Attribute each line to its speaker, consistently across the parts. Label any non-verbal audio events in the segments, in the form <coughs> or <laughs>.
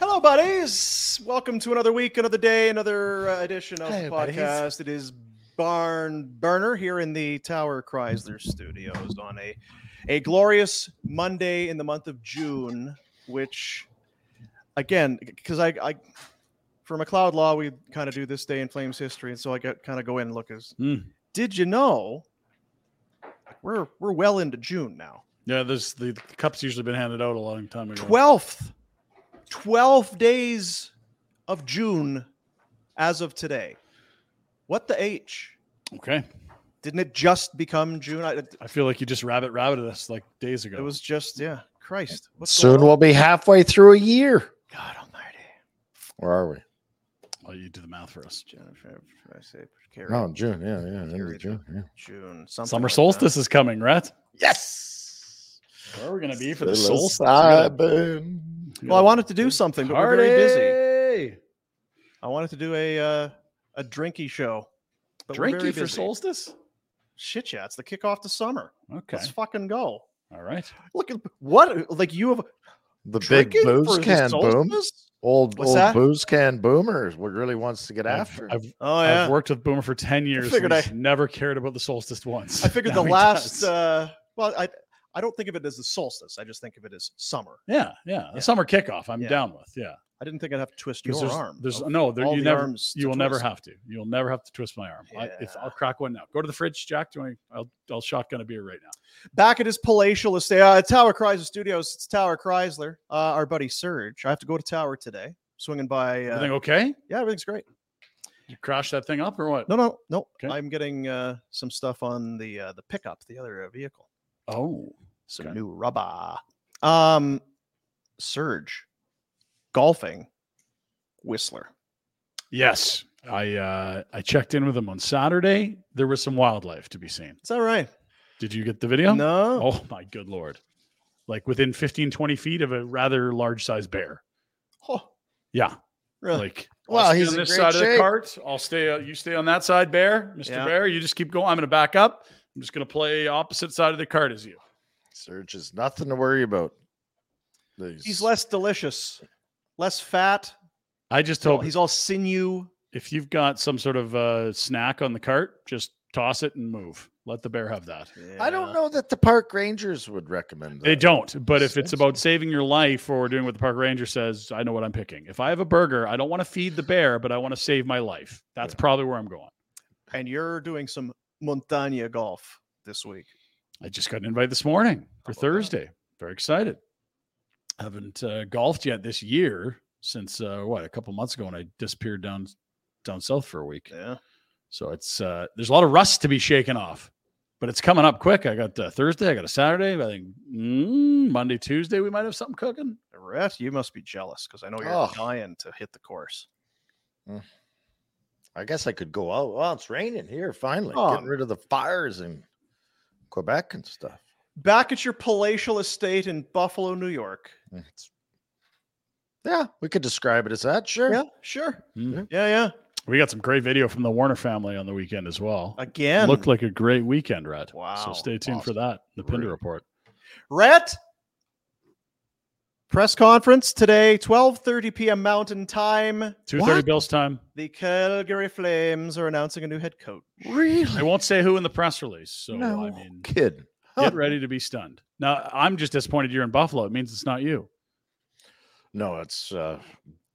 Speaker 1: Hello, buddies. Welcome to another week, another day, another uh, edition of the podcast. It is Barn Burner here in the Tower Chrysler Studios on a a glorious Monday in the month of June, which again, because I, I for McLeod Law, we kind of do this day in Flames history, and so I got kind of go in and look as
Speaker 2: Hmm.
Speaker 1: did you know we're we're well into June now.
Speaker 2: Yeah, this the cups usually been handed out a long time ago.
Speaker 1: 12th 12 days of june as of today what the h
Speaker 2: Okay,
Speaker 1: didn't it just become june I, it,
Speaker 2: I feel like you just rabbit rabbited us like days ago.
Speaker 1: it was just yeah christ what's
Speaker 3: Soon
Speaker 1: going
Speaker 3: we'll
Speaker 1: on?
Speaker 3: be halfway through a year.
Speaker 1: god almighty
Speaker 3: Where are we?
Speaker 2: Oh, you do the math for us.
Speaker 1: Jennifer, I say, carry,
Speaker 3: Oh, June. Yeah, yeah. End
Speaker 1: Here we
Speaker 3: of June. Yeah.
Speaker 1: june something
Speaker 2: Summer
Speaker 1: like that.
Speaker 2: solstice is coming, right?
Speaker 3: Yes.
Speaker 2: Where are we gonna be for the
Speaker 3: Still a
Speaker 2: solstice?
Speaker 3: sobbing.
Speaker 1: well i wanted to do something but we're very busy
Speaker 2: busy.
Speaker 1: i wanted to do a uh, a drinky show but we're very
Speaker 2: Drinky for
Speaker 1: busy.
Speaker 2: solstice.
Speaker 1: shit yeah it's the kickoff to summer
Speaker 2: Okay,
Speaker 1: let's fucking go
Speaker 2: all right.
Speaker 1: look at what like you have
Speaker 3: The big
Speaker 1: drinking for
Speaker 3: booze
Speaker 1: the
Speaker 3: can boom.
Speaker 1: solstice?
Speaker 3: Old
Speaker 1: What's
Speaker 3: old
Speaker 1: that?
Speaker 3: booze can boomers. What really wants to get after? it.
Speaker 2: I've,
Speaker 1: oh
Speaker 2: I've
Speaker 1: yeah
Speaker 2: worked with Boomer for ten years.
Speaker 1: figured
Speaker 2: and he's
Speaker 1: I-
Speaker 2: never cared about the solstice once.
Speaker 1: I figured
Speaker 2: Now
Speaker 1: the
Speaker 2: <laughs> he
Speaker 1: last.
Speaker 2: does.
Speaker 1: Uh, well, I I don't think of it as the solstice. I just think of it as summer.
Speaker 2: yeah, yeah,
Speaker 1: yeah.
Speaker 2: a summer kickoff. I'm
Speaker 1: Yeah.
Speaker 2: down with. Yeah,
Speaker 1: I didn't think I'd have to twist
Speaker 2: 'Cause
Speaker 1: your
Speaker 2: there's,
Speaker 1: arm.
Speaker 2: There's
Speaker 1: of
Speaker 2: no, there,
Speaker 1: all
Speaker 2: you
Speaker 1: the
Speaker 2: never,
Speaker 1: arms
Speaker 2: you
Speaker 1: to
Speaker 2: will never
Speaker 1: twist.
Speaker 2: have to. You'll never have to twist my arm. I, if
Speaker 1: Yeah.
Speaker 2: I'll crack one now, go to the fridge, Jack. Do I? I'll, I'll shotgun a beer right now.
Speaker 1: Back at his palatial estate, uh, Tower Chrysler Studios. It's Tower Chrysler. Uh, our buddy Serge. I have to go to Tower today. Swinging by. Uh,
Speaker 2: Everything okay?
Speaker 1: yeah, everything's great.
Speaker 2: You crash that thing up or what?
Speaker 1: No, no, no.
Speaker 2: Okay.
Speaker 1: I'm getting uh, some stuff on the uh, the pickup, the other uh, vehicle.
Speaker 2: Oh,
Speaker 1: Some
Speaker 2: Okay.
Speaker 1: new rubber. Um, Serge, golfing, Whistler.
Speaker 2: yes. I uh, I checked in with him on Saturday. There was some wildlife to be seen.
Speaker 1: Is that right?
Speaker 2: Did you get the video?
Speaker 1: No.
Speaker 2: Oh my good lord! Like within 15, 20 feet of a rather large sized bear.
Speaker 1: Oh,
Speaker 2: Yeah.
Speaker 1: really?
Speaker 2: Like,
Speaker 3: Well,
Speaker 2: I'll stay
Speaker 3: he's
Speaker 2: on
Speaker 3: in
Speaker 2: this
Speaker 3: great
Speaker 2: side of the
Speaker 3: shape.
Speaker 2: cart. I'll stay. Uh, you stay on that side, Bear, Mister
Speaker 1: Yeah.
Speaker 2: Bear. You just keep going. I'm going to back up. I'm just going to play opposite side of the cart as you.
Speaker 3: Surge is nothing to worry about. These-
Speaker 1: He's less delicious, less fat.
Speaker 2: I just
Speaker 1: He's all-
Speaker 2: hope
Speaker 1: He's all sinew.
Speaker 2: if you've got some sort of uh, snack on the cart, just toss it and move. Let the bear have that.
Speaker 3: I don't know that the park rangers would recommend. That.
Speaker 2: They don't. But if it's
Speaker 3: Says-
Speaker 2: about saving your life or doing what the park ranger says, I know what I'm picking. If I have a burger, I don't want to feed the bear, but I want to save my life. That's probably where I'm going.
Speaker 1: And you're doing some montaña golf this week.
Speaker 2: I just got an invite this morning for
Speaker 1: about that?
Speaker 2: Thursday. Very excited. Haven't uh, golfed yet this year since uh, what a couple months ago when I disappeared down down south for a week.
Speaker 1: Yeah.
Speaker 2: So it's uh, there's a lot of rust to be shaken off, but it's coming up quick. I got uh, Thursday, I got a Saturday. I think mm, Monday, Tuesday we might have something cooking.
Speaker 1: Rhett, you must be jealous because I know you're
Speaker 3: Oh.
Speaker 1: dying to hit the course.
Speaker 3: Hmm. I guess I could go out. Well, it's raining here finally.
Speaker 1: Oh.
Speaker 3: Getting rid of the fires in Quebec and stuff.
Speaker 1: Back at your palatial estate in Buffalo, New York.
Speaker 3: It's- yeah, we could describe it as that. Sure.
Speaker 1: sure.
Speaker 2: Mm.
Speaker 1: Yeah, yeah.
Speaker 2: We got some great video from the Warner family on the weekend as well.
Speaker 1: Again.
Speaker 2: Looked like a great weekend, Red.
Speaker 1: Wow,
Speaker 2: So stay tuned for
Speaker 1: awesome.
Speaker 2: that. The Pinder
Speaker 1: Great.
Speaker 2: report.
Speaker 1: Rhett. Press conference today, 12:30 p.m. Mountain Time.
Speaker 2: Two thirty Bills time.
Speaker 1: The Calgary Flames are announcing a new head coach.
Speaker 2: I
Speaker 3: Really?
Speaker 2: won't say who in the press release. So I
Speaker 3: No
Speaker 2: mean,
Speaker 3: kid. Huh.
Speaker 2: get ready to be stunned. Now I'm just disappointed you're in Buffalo. It means it's not you.
Speaker 3: No, it's uh,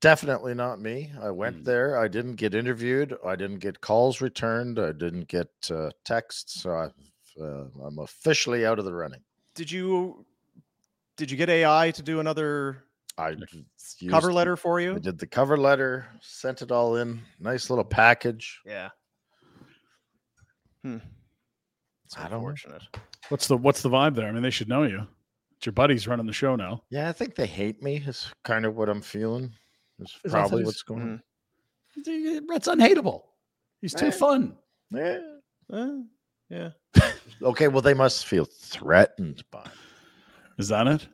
Speaker 3: definitely not me. I went
Speaker 2: Mm.
Speaker 3: there. I didn't get interviewed. I didn't get calls returned. I didn't get uh, texts. So I've, uh, I'm officially out of the running.
Speaker 1: Did you did you get AI to do another
Speaker 3: I used-
Speaker 1: cover letter for
Speaker 3: I
Speaker 1: you?
Speaker 3: did the cover letter. Sent it all in. Nice little package.
Speaker 1: Yeah. Hmm. It's
Speaker 3: I don't know.
Speaker 1: unfortunate.
Speaker 2: What's the what's the vibe there? I mean, they should know you. It's your buddies running the show now.
Speaker 3: Yeah, I think they hate me. Is kind of what I'm feeling. Is
Speaker 2: that
Speaker 3: probably
Speaker 2: is-
Speaker 3: what's going on.
Speaker 2: Brett's unhateable. He's too
Speaker 3: Eh.
Speaker 2: fun.
Speaker 3: Yeah.
Speaker 1: Eh,
Speaker 3: Okay, well, they must feel threatened by. it.
Speaker 2: Is that it?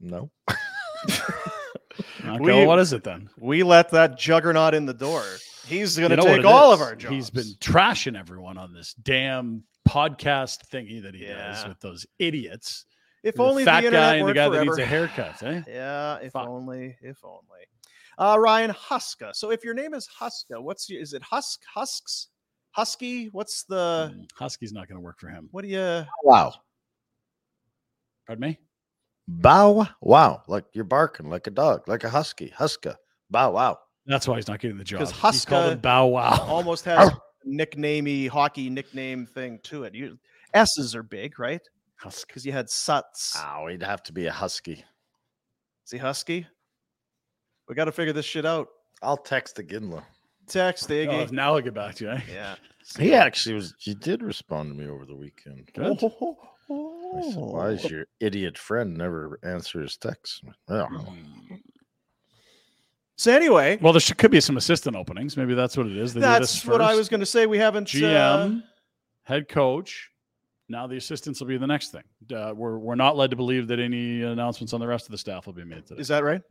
Speaker 3: No,
Speaker 2: Okay,
Speaker 1: We-
Speaker 2: well, what is it then?
Speaker 1: we let that juggernaut in the door. He's going
Speaker 2: You
Speaker 1: to
Speaker 2: know what
Speaker 1: take
Speaker 2: it
Speaker 1: all
Speaker 2: is.
Speaker 1: of our jobs.
Speaker 2: He's been trashing everyone on this damn podcast thingy that he does
Speaker 1: Yeah.
Speaker 2: with those idiots.
Speaker 1: If
Speaker 2: The
Speaker 1: only
Speaker 2: fat
Speaker 1: the internet
Speaker 2: guy and the
Speaker 1: worked
Speaker 2: guy
Speaker 1: forever.
Speaker 2: that needs a
Speaker 1: <laughs>
Speaker 2: haircut, eh?
Speaker 1: Yeah, if
Speaker 2: Fuck.
Speaker 1: only, if only. Uh, Ryan Huska. So if your name is Huska, what's your, is it Husk Husks Husky? What's the
Speaker 2: Mm, Husky's not going to work for him.
Speaker 1: what do you?
Speaker 3: wow,
Speaker 2: Pardon me?
Speaker 3: bow, wow, like you're barking like a dog, like a husky, huska, bow, wow.
Speaker 2: That's why he's not getting the job.
Speaker 1: 'Cause
Speaker 2: He's called him
Speaker 1: Huska
Speaker 2: Bow Wow.
Speaker 1: Almost
Speaker 2: <laughs>
Speaker 1: has a nicknamey hockey nickname thing to it. You S's are big, right?
Speaker 2: Husk.
Speaker 1: Because you had Suts.
Speaker 3: Oh, he'd have <laughs> to be a husky.
Speaker 1: Is he Husky? We got to figure this shit out.
Speaker 3: I'll text the Ginla.
Speaker 1: Text
Speaker 2: Oh,
Speaker 1: Iggy.
Speaker 2: now I'll get back to you. Eh?
Speaker 1: Yeah.
Speaker 3: He actually was. Oh, He did respond to me over the weekend.
Speaker 2: Good.
Speaker 3: I said, Why is your idiot friend never answers texts? Well,
Speaker 1: So anyway,
Speaker 2: Well, there should, could be some assistant openings. Maybe that's what it is. They do this
Speaker 1: that's what I
Speaker 2: first.
Speaker 1: was going to say. We haven't. uh,
Speaker 2: GM, head coach. Now the assistants will be the next thing. Uh, we're we're not led to believe that any announcements on the rest of the staff will be made today.
Speaker 1: is that right?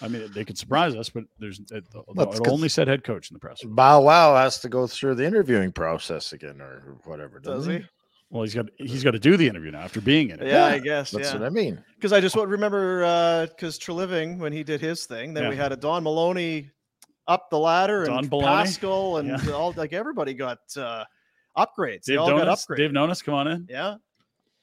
Speaker 2: I mean, they could surprise us, but there's it, no,
Speaker 3: Let's
Speaker 2: it
Speaker 3: cons-
Speaker 2: only said head coach in the press.
Speaker 3: Bow Wow has to go through the interviewing process again or whatever.
Speaker 1: Does
Speaker 3: doesn't
Speaker 1: he?
Speaker 2: Well, he's got he's got to do the interview now after being in it.
Speaker 1: Yeah, I
Speaker 3: Yeah,
Speaker 1: guess.
Speaker 3: That's
Speaker 1: yeah.
Speaker 3: what I mean.
Speaker 1: Because I just would remember because Treliving when he did his thing, then we
Speaker 2: Yeah.
Speaker 1: had a Don Maloney up the ladder
Speaker 2: Don
Speaker 1: and
Speaker 2: Baloney?
Speaker 1: Pascal and
Speaker 2: Yeah.
Speaker 1: all like everybody got uh, upgrades. they
Speaker 2: Dave
Speaker 1: all
Speaker 2: Donuts,
Speaker 1: got upgrades.
Speaker 2: Dave Nonis, come on in.
Speaker 1: Yeah.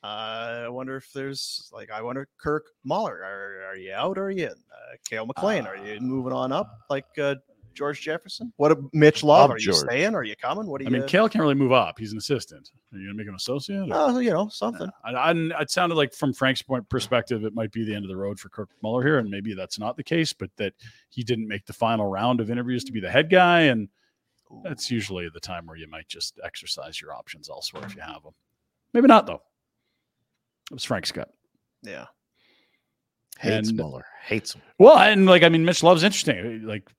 Speaker 1: Uh, I wonder if there's like I wonder Kirk Mahler, are, are you out or are you in? Uh, Kale McLean, are you moving on up like uh, George Jefferson? What a Mitch Love?
Speaker 3: Love
Speaker 1: Are you
Speaker 3: George.
Speaker 1: staying? Are you coming? What do
Speaker 2: I
Speaker 1: you?
Speaker 2: mean, Kale can't really move up. He's an assistant. Are you gonna make him associate? or-
Speaker 1: oh, you know something.
Speaker 2: I, I, it sounded like from Frank's point perspective, it might be the end of the road for Kirk Muller here, and maybe that's not the case, but that he didn't make the final round of interviews to be the head guy, and that's usually the time where you might just exercise your options elsewhere if you have them. Maybe not though. It was Frank's gut.
Speaker 1: Yeah.
Speaker 3: Hates
Speaker 2: And-
Speaker 3: Mueller. Hates him.
Speaker 2: Well, and like I mean, Mitch Love's interesting. Like,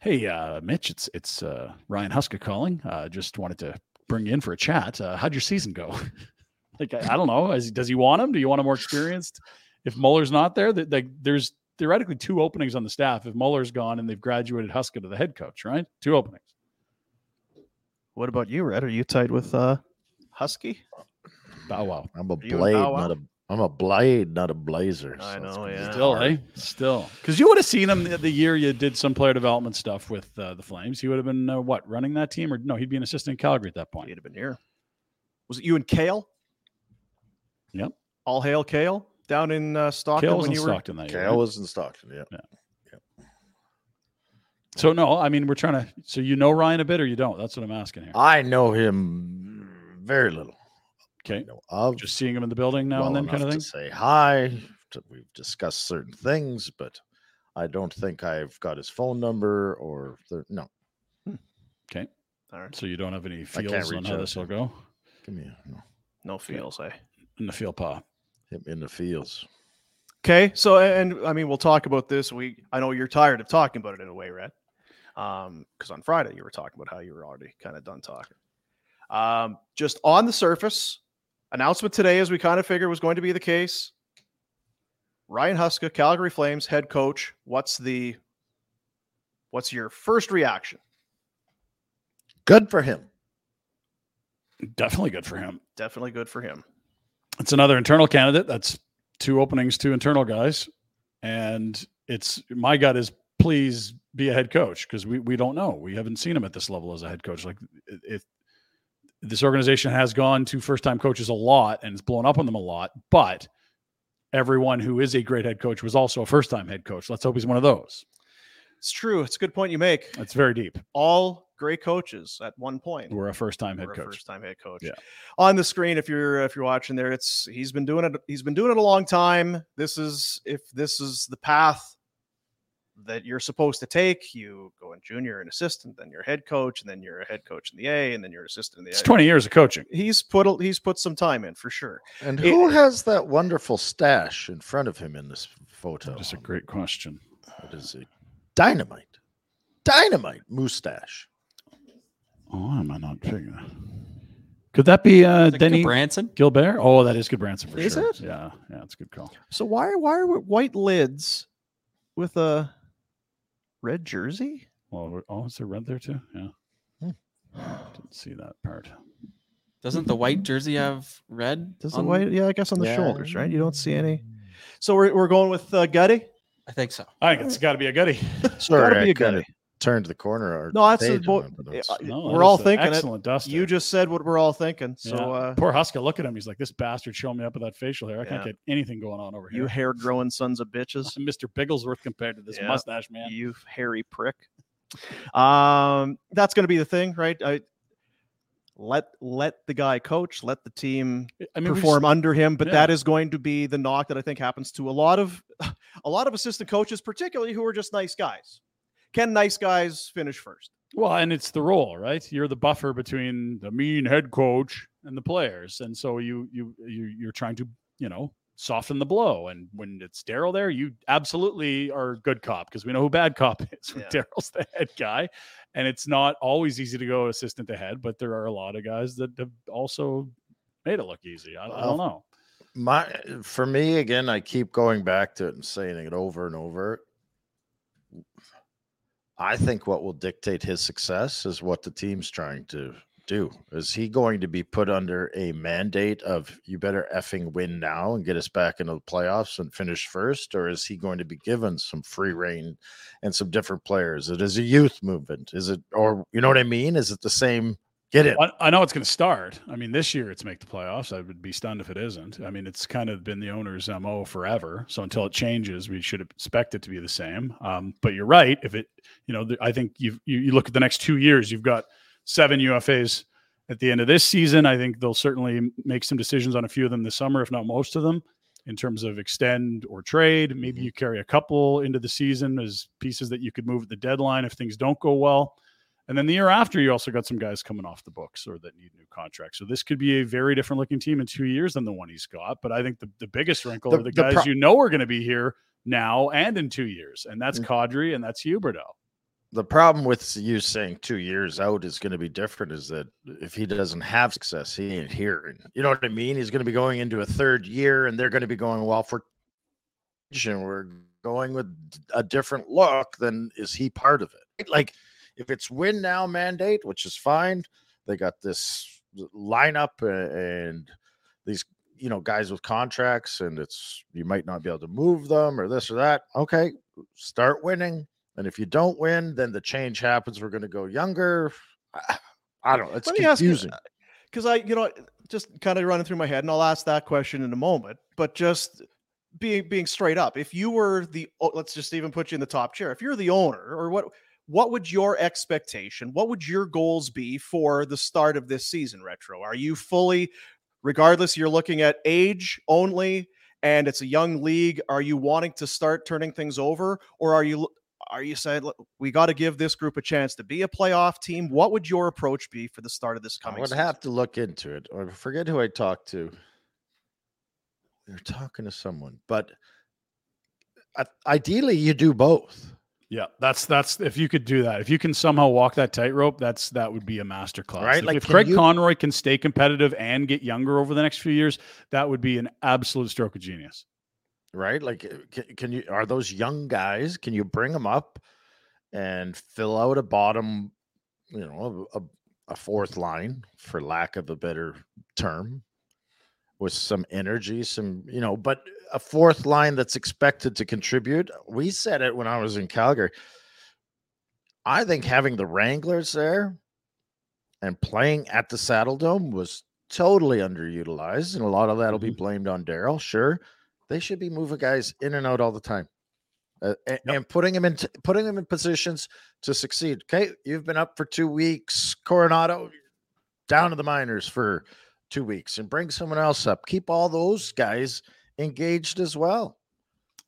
Speaker 2: hey, uh, Mitch, it's it's uh, Ryan Huska calling. Uh, just wanted to bring you in for a chat. Uh, how'd your season go? <laughs> like, I, I don't know. Is, does he want him? Do you want a more experienced? If Mueller's not there, that like there's theoretically two openings on the staff. If Mueller's gone and they've graduated Huska to the head coach, right? Two openings.
Speaker 1: What about you, Red? Are you tied with uh, Husky?
Speaker 2: Bow wow.
Speaker 3: I'm a
Speaker 1: you in
Speaker 3: blade,
Speaker 1: Bow
Speaker 3: not a I'm a blade, not a blazer.
Speaker 1: I
Speaker 3: so it's
Speaker 1: know,
Speaker 3: gonna be
Speaker 1: Oh, yeah.
Speaker 2: Still,
Speaker 3: hard.
Speaker 2: eh? Still, because you would have seen him the, the year you did some player development stuff with uh, the Flames. He would have been uh, what running that team, or no? He'd be an assistant in Calgary at that
Speaker 1: He'd
Speaker 2: point.
Speaker 1: have been here. Was it you and Kale?
Speaker 2: Yep.
Speaker 1: All hail Kale down in uh, Stockton
Speaker 2: Kale was
Speaker 1: when
Speaker 2: in
Speaker 1: you were.
Speaker 2: Stockton that year.
Speaker 3: Kale
Speaker 2: right?
Speaker 3: was in Stockton. Yeah.
Speaker 2: So no, I mean we're trying to. So you know Ryan a bit, or you don't? That's what I'm asking here.
Speaker 3: I know him very little.
Speaker 2: Okay,
Speaker 3: You know, of
Speaker 2: just seeing him in the building now and
Speaker 3: well
Speaker 2: then, kind of
Speaker 3: enough
Speaker 2: thing.
Speaker 3: To say hi. to- we've discussed certain things, but I don't think I've got his phone number or the, no.
Speaker 2: Hmm. Okay,
Speaker 1: All right.
Speaker 2: so you don't have any
Speaker 3: can't
Speaker 2: feels on
Speaker 3: reach
Speaker 2: how
Speaker 3: out
Speaker 2: this
Speaker 3: to
Speaker 2: will
Speaker 3: him.
Speaker 2: go
Speaker 3: Give me a, no,
Speaker 1: No feels, eh?
Speaker 2: in the field paw.
Speaker 3: him in the fields.
Speaker 1: Okay, so and I mean we'll talk about this. We I know you're tired of talking about it in a way, Red. Um, because on Friday you were talking about how you were already kind of done talking. Um, just on the surface, announcement today, as we kind of figured was going to be the case. Ryan Huska, Calgary Flames head coach. What's the what's your first reaction?
Speaker 3: Good for him.
Speaker 2: Definitely good for him.
Speaker 1: Definitely good for him.
Speaker 2: It's another internal candidate. That's two openings, two internal guys, and it's my gut is please be a head coach because we we don't know. We haven't seen him at this level as a head coach. Like it, it this organization has gone to first time coaches a lot and it's blown up on them a lot, but everyone who is a great head coach was also a first time head coach. Let's hope he's one of those.
Speaker 1: It's true. It's a good point you make.
Speaker 2: That's very deep.
Speaker 1: All great coaches at one point.
Speaker 2: We're a first time head
Speaker 1: We're a
Speaker 2: coach.
Speaker 1: first-time head coach.
Speaker 2: Yeah.
Speaker 1: On the screen, if you're if you're watching there, it's he's been doing it. He's been doing it a long time. This is if this is the path that you're supposed to take. You go in junior and assistant, then you're head coach, and then you're a head coach in the A, and then you're assistant in the
Speaker 2: It's
Speaker 1: A.
Speaker 2: 20 years of coaching.
Speaker 1: He's put a- he's put some time in for sure.
Speaker 3: And
Speaker 1: It-
Speaker 3: who has that wonderful stash in front of him in this photo?
Speaker 2: That's a great question.
Speaker 3: It is a dynamite, dynamite mustache.
Speaker 2: Oh, why am I not figuring that? Could that be uh, Denny
Speaker 4: Branson?
Speaker 2: Gilbert? Oh, that is good Branson for
Speaker 1: Is
Speaker 2: sure.
Speaker 1: it?
Speaker 2: Yeah, yeah, that's a good call.
Speaker 1: So why why are white lids with a red jersey?
Speaker 2: Well, we're- oh, is there red there too? Yeah.
Speaker 3: Hmm.
Speaker 2: Didn't see that part.
Speaker 4: Doesn't the white jersey have red?
Speaker 1: Does
Speaker 4: on-
Speaker 1: the white? Yeah, I guess on the
Speaker 3: Yeah.
Speaker 1: shoulders, right? You don't see any. So we're, we're going with uh, Gutty.
Speaker 4: I think so.
Speaker 2: I think it's got to be
Speaker 1: <laughs>
Speaker 2: a goodie.
Speaker 3: Sorry,
Speaker 1: be
Speaker 3: I
Speaker 1: a
Speaker 3: kind
Speaker 1: goodie.
Speaker 3: of turned the corner. Or
Speaker 1: No, that's a
Speaker 3: page
Speaker 1: bo-
Speaker 3: on it, but
Speaker 1: yeah,
Speaker 3: it's-
Speaker 1: I- We're all thinking it.
Speaker 2: excellent Dustin.
Speaker 1: You just said what we're all thinking. So uh,
Speaker 2: poor Huska, look at him. He's like, this bastard showing me up with that facial hair. I can't
Speaker 1: Yeah.
Speaker 2: get anything going on over here.
Speaker 1: you
Speaker 2: <laughs>
Speaker 1: hair growing sons of bitches.
Speaker 2: I'm Mr. Bigglesworth compared to this
Speaker 1: Yeah.
Speaker 2: mustache man.
Speaker 1: You hairy prick. Um, that's going to be the thing, right? I let let the guy coach, let the team
Speaker 2: I mean, we've
Speaker 1: perform under him, but
Speaker 2: yeah.
Speaker 1: that is going to be the knock that I think happens to a lot of <laughs> a lot of assistant coaches, particularly who are just nice guys. Can nice guys finish first?
Speaker 2: Well, and it's the role, right? You're the buffer between the mean head coach and the players, and so you you, you you're trying to you know soften the blow. And when it's Daryl there, you absolutely are good cop because we know who bad cop <laughs> is. when
Speaker 1: Yeah.
Speaker 2: Daryl's the head guy, and it's not always easy to go assistant to head, but there are a lot of guys that have also made it look easy. I, I
Speaker 3: Well,
Speaker 2: don't know.
Speaker 3: my for me again i keep going back to it and saying it over and over i think what will dictate his success is what the team's trying to do is he going to be put under a mandate of you better effing win now and get us back into the playoffs and finish first or is he going to be given some free reign and some different players it is a youth movement is it or you know what i mean is it the same get it
Speaker 2: I, I know it's going to start. I mean, this year it's make the playoffs. I would be stunned if it isn't. I mean, it's kind of been the owner's mo forever. So until it changes, we should expect it to be the same. Um, but you're right. If it, you know, th- I think you've, you you look at the next two years, you've got seven UFAs at the end of this season. I think they'll certainly m- make some decisions on a few of them this summer, if not most of them, in terms of extend or trade. Maybe
Speaker 3: Mm-hmm.
Speaker 2: you carry a couple into the season as pieces that you could move at the deadline if things don't go well. And then the year after, you also got some guys coming off the books or that need new contracts. So this could be a very different looking team in two years than the one he's got. But I think the, the biggest wrinkle
Speaker 3: The-
Speaker 2: are the,
Speaker 3: the
Speaker 2: guys
Speaker 3: pro-
Speaker 2: you know are going to be here now and in two years. And that's
Speaker 3: Mm.
Speaker 2: Kadri and that's Huberto.
Speaker 3: the problem with you saying two years out is going to be different is that if he doesn't have success, he ain't here. And You know what I mean? He's going to be going into a third year and they're going to be going, well, for and we're going with a different look, then is he part of it? Like if it's win now mandate, which is fine, they got this lineup a- and these you know, guys with contracts and it's you might not be able to move them or this or that. Okay, start winning. And if you don't win, then the change happens. We're going to go younger. <sighs> I- I don't know. It's
Speaker 1: Let me ask you-
Speaker 3: confusing.
Speaker 1: because I, you know, just kind of running through my head, and I'll ask that question in a moment. But just being being straight up, if you were the, o- let's just even put you in the top chair. If you're the owner, or what, what would your expectation? What would your goals be for the start of this season? Retro, are you fully, regardless? You're looking at age only, and it's a young league. Are you wanting to start turning things over, or are you? l- Are you saying "Look, we got to give this group a chance to be a playoff team? What would your approach be for the start of this
Speaker 3: I
Speaker 1: coming?
Speaker 3: would
Speaker 1: season?
Speaker 3: have to look into it. I forget who I talked to. They're talking to someone, but I- ideally, you do both.
Speaker 2: Yeah, that's that's if you could do that, if you can somehow walk that tightrope, that's that would be a masterclass.
Speaker 3: Right,
Speaker 2: If,
Speaker 3: like,
Speaker 2: if
Speaker 3: can
Speaker 2: Craig
Speaker 3: you-
Speaker 2: Conroy can stay competitive and get younger over the next few years, that would be an absolute stroke of genius.
Speaker 3: right? Like, uh, can, can you are those young guys? Can you bring them up and fill out a bottom, you know, a, a, a fourth line, for lack of a better term, with some energy, some you know, but a fourth line that's expected to contribute. We said it when I was in Calgary. I think having the Wranglers there and playing at the Saddle Dome was totally underutilized, and a lot of that'll be blamed on Daryl, sure they should be moving guys in and out all the time uh, a- and, putting them in t- putting them in positions to succeed okay you've been up for two weeks coronado down to the minors for two weeks and bring someone else up keep all those guys engaged as well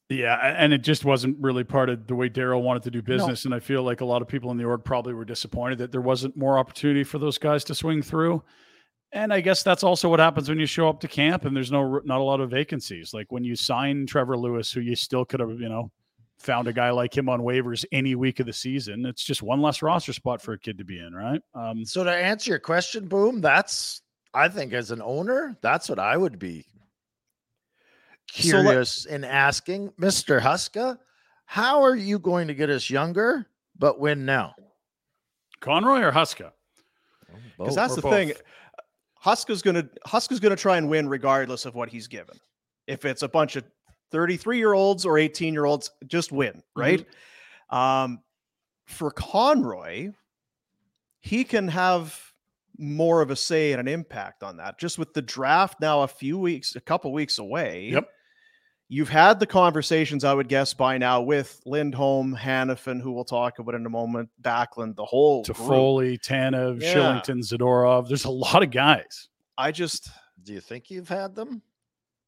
Speaker 2: Yeah, a- and it just wasn't really part of the way Daryl wanted to do business, and I feel like a lot of people in the org probably were disappointed that there wasn't more opportunity for those guys to swing through. And I guess that's also what happens when you show up to camp and there's no r- not a lot of vacancies. Like when you sign Trevor Lewis, who you still could have you know found a guy like him on waivers any week of the season. It's just one less roster spot for a kid to be in, right? Um,
Speaker 3: so to answer your question boom that's i think as an owner that's what i would be
Speaker 1: So let-
Speaker 3: curious in asking mr huska how are you going to get us younger but win now
Speaker 2: Conroy or Huska?
Speaker 1: Because that's
Speaker 2: or
Speaker 1: the thing.
Speaker 2: both.
Speaker 1: Huska's gonna Huska's gonna try and win regardless of what he's given. If it's a bunch of 33 year olds or 18 year olds, just win,
Speaker 2: Mm-hmm.
Speaker 1: right? Um, for Conroy, he can have more of a say and an impact on that. Just with the draft now a few weeks, a couple weeks away.
Speaker 2: Yep.
Speaker 1: You've had the conversations, I would guess, by now with Lindholm, Hannafin, who we'll talk about in a moment, Backlund, the whole
Speaker 2: To
Speaker 1: group.
Speaker 2: Foley, Tanev,
Speaker 1: Yeah.
Speaker 2: Shillington, Zadorov. There's a lot of guys.
Speaker 1: I just
Speaker 3: Do you think you've had them?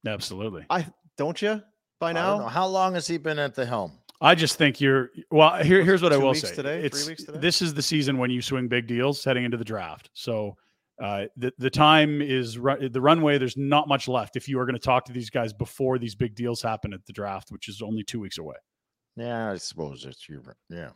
Speaker 2: Absolutely.
Speaker 1: don't you by
Speaker 3: I don't know.
Speaker 1: now?
Speaker 3: How long has he been at the helm?
Speaker 2: I just think you're well. Here,
Speaker 1: Was
Speaker 2: here's
Speaker 1: it
Speaker 2: what I
Speaker 1: two
Speaker 2: will
Speaker 1: weeks
Speaker 2: say.
Speaker 1: today? Three
Speaker 2: It's,
Speaker 1: weeks today?
Speaker 2: This is the season when you swing big deals heading into the draft. So uh, the the time is ru- the runway. There's not much left if you are going to talk to these guys before these big deals happen at the draft, which is only two weeks away.
Speaker 3: Yeah, I suppose it's you. right. Yeah,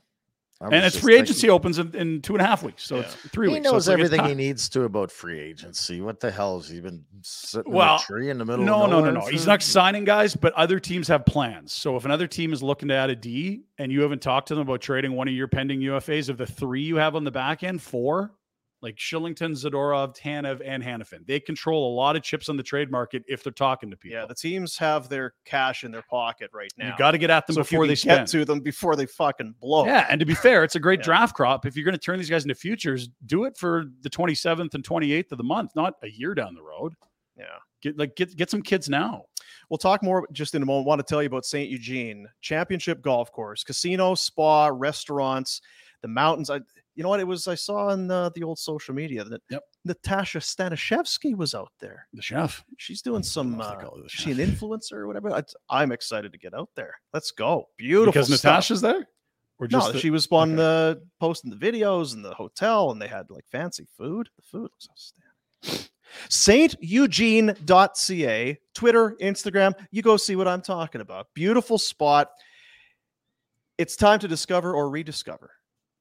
Speaker 3: I was
Speaker 2: and it's
Speaker 3: just
Speaker 2: free
Speaker 3: thinking-
Speaker 2: agency opens in, in two and a half weeks, so it's three
Speaker 3: He
Speaker 2: weeks. so
Speaker 3: knows
Speaker 2: it's like it's
Speaker 3: everything he
Speaker 2: time.
Speaker 3: needs to about free agency. What the hell has he been sitting
Speaker 2: Well,
Speaker 3: in a tree in the middle?
Speaker 2: No,
Speaker 3: of
Speaker 2: no, no,
Speaker 3: nowhere
Speaker 2: no. He's
Speaker 3: for-
Speaker 2: not signing guys, but other teams have plans. So if another team is looking to add a D and you haven't talked to them about trading one of your pending UFAs of the three you have on the back end, four, like Shillington, Zadorov, Tanev, and Hannafin, they control a lot of chips on the trade market if they're talking to people.
Speaker 1: Yeah, the teams have their cash in their pocket right now.
Speaker 2: you got to get at them
Speaker 1: So if you
Speaker 2: before
Speaker 1: can
Speaker 2: they
Speaker 1: get
Speaker 2: spend.
Speaker 1: to them before they fucking blow.
Speaker 2: Yeah, and to be fair, it's a great
Speaker 1: Yeah.
Speaker 2: draft crop. If you're going to turn these guys into futures, do it for the 27th and 28th of the month, not a year down the road.
Speaker 1: Yeah.
Speaker 2: Get like get get some kids now.
Speaker 1: We'll talk more just in a moment. Want to tell you about St. Eugene Championship Golf Course, casino, spa, restaurants, the mountains. I, you know what? It was I saw on the, the old social media that
Speaker 2: Yep.
Speaker 1: Natasha Stanishevsky was out there.
Speaker 2: The chef.
Speaker 1: She's doing some.
Speaker 2: know if
Speaker 1: Uh,
Speaker 2: they call it the
Speaker 1: is she an influencer or whatever? I, I'm excited to get out there. Let's go. Beautiful.
Speaker 2: because
Speaker 1: stuff.
Speaker 2: Natasha's there, or just
Speaker 1: no,
Speaker 2: the-
Speaker 1: she was on
Speaker 2: okay.
Speaker 1: the posting the videos and the hotel, and they had like fancy food. The food looks outstanding. SaintEugene.ca, Twitter, Instagram. You go see what I'm talking about. Beautiful spot. It's time to discover or rediscover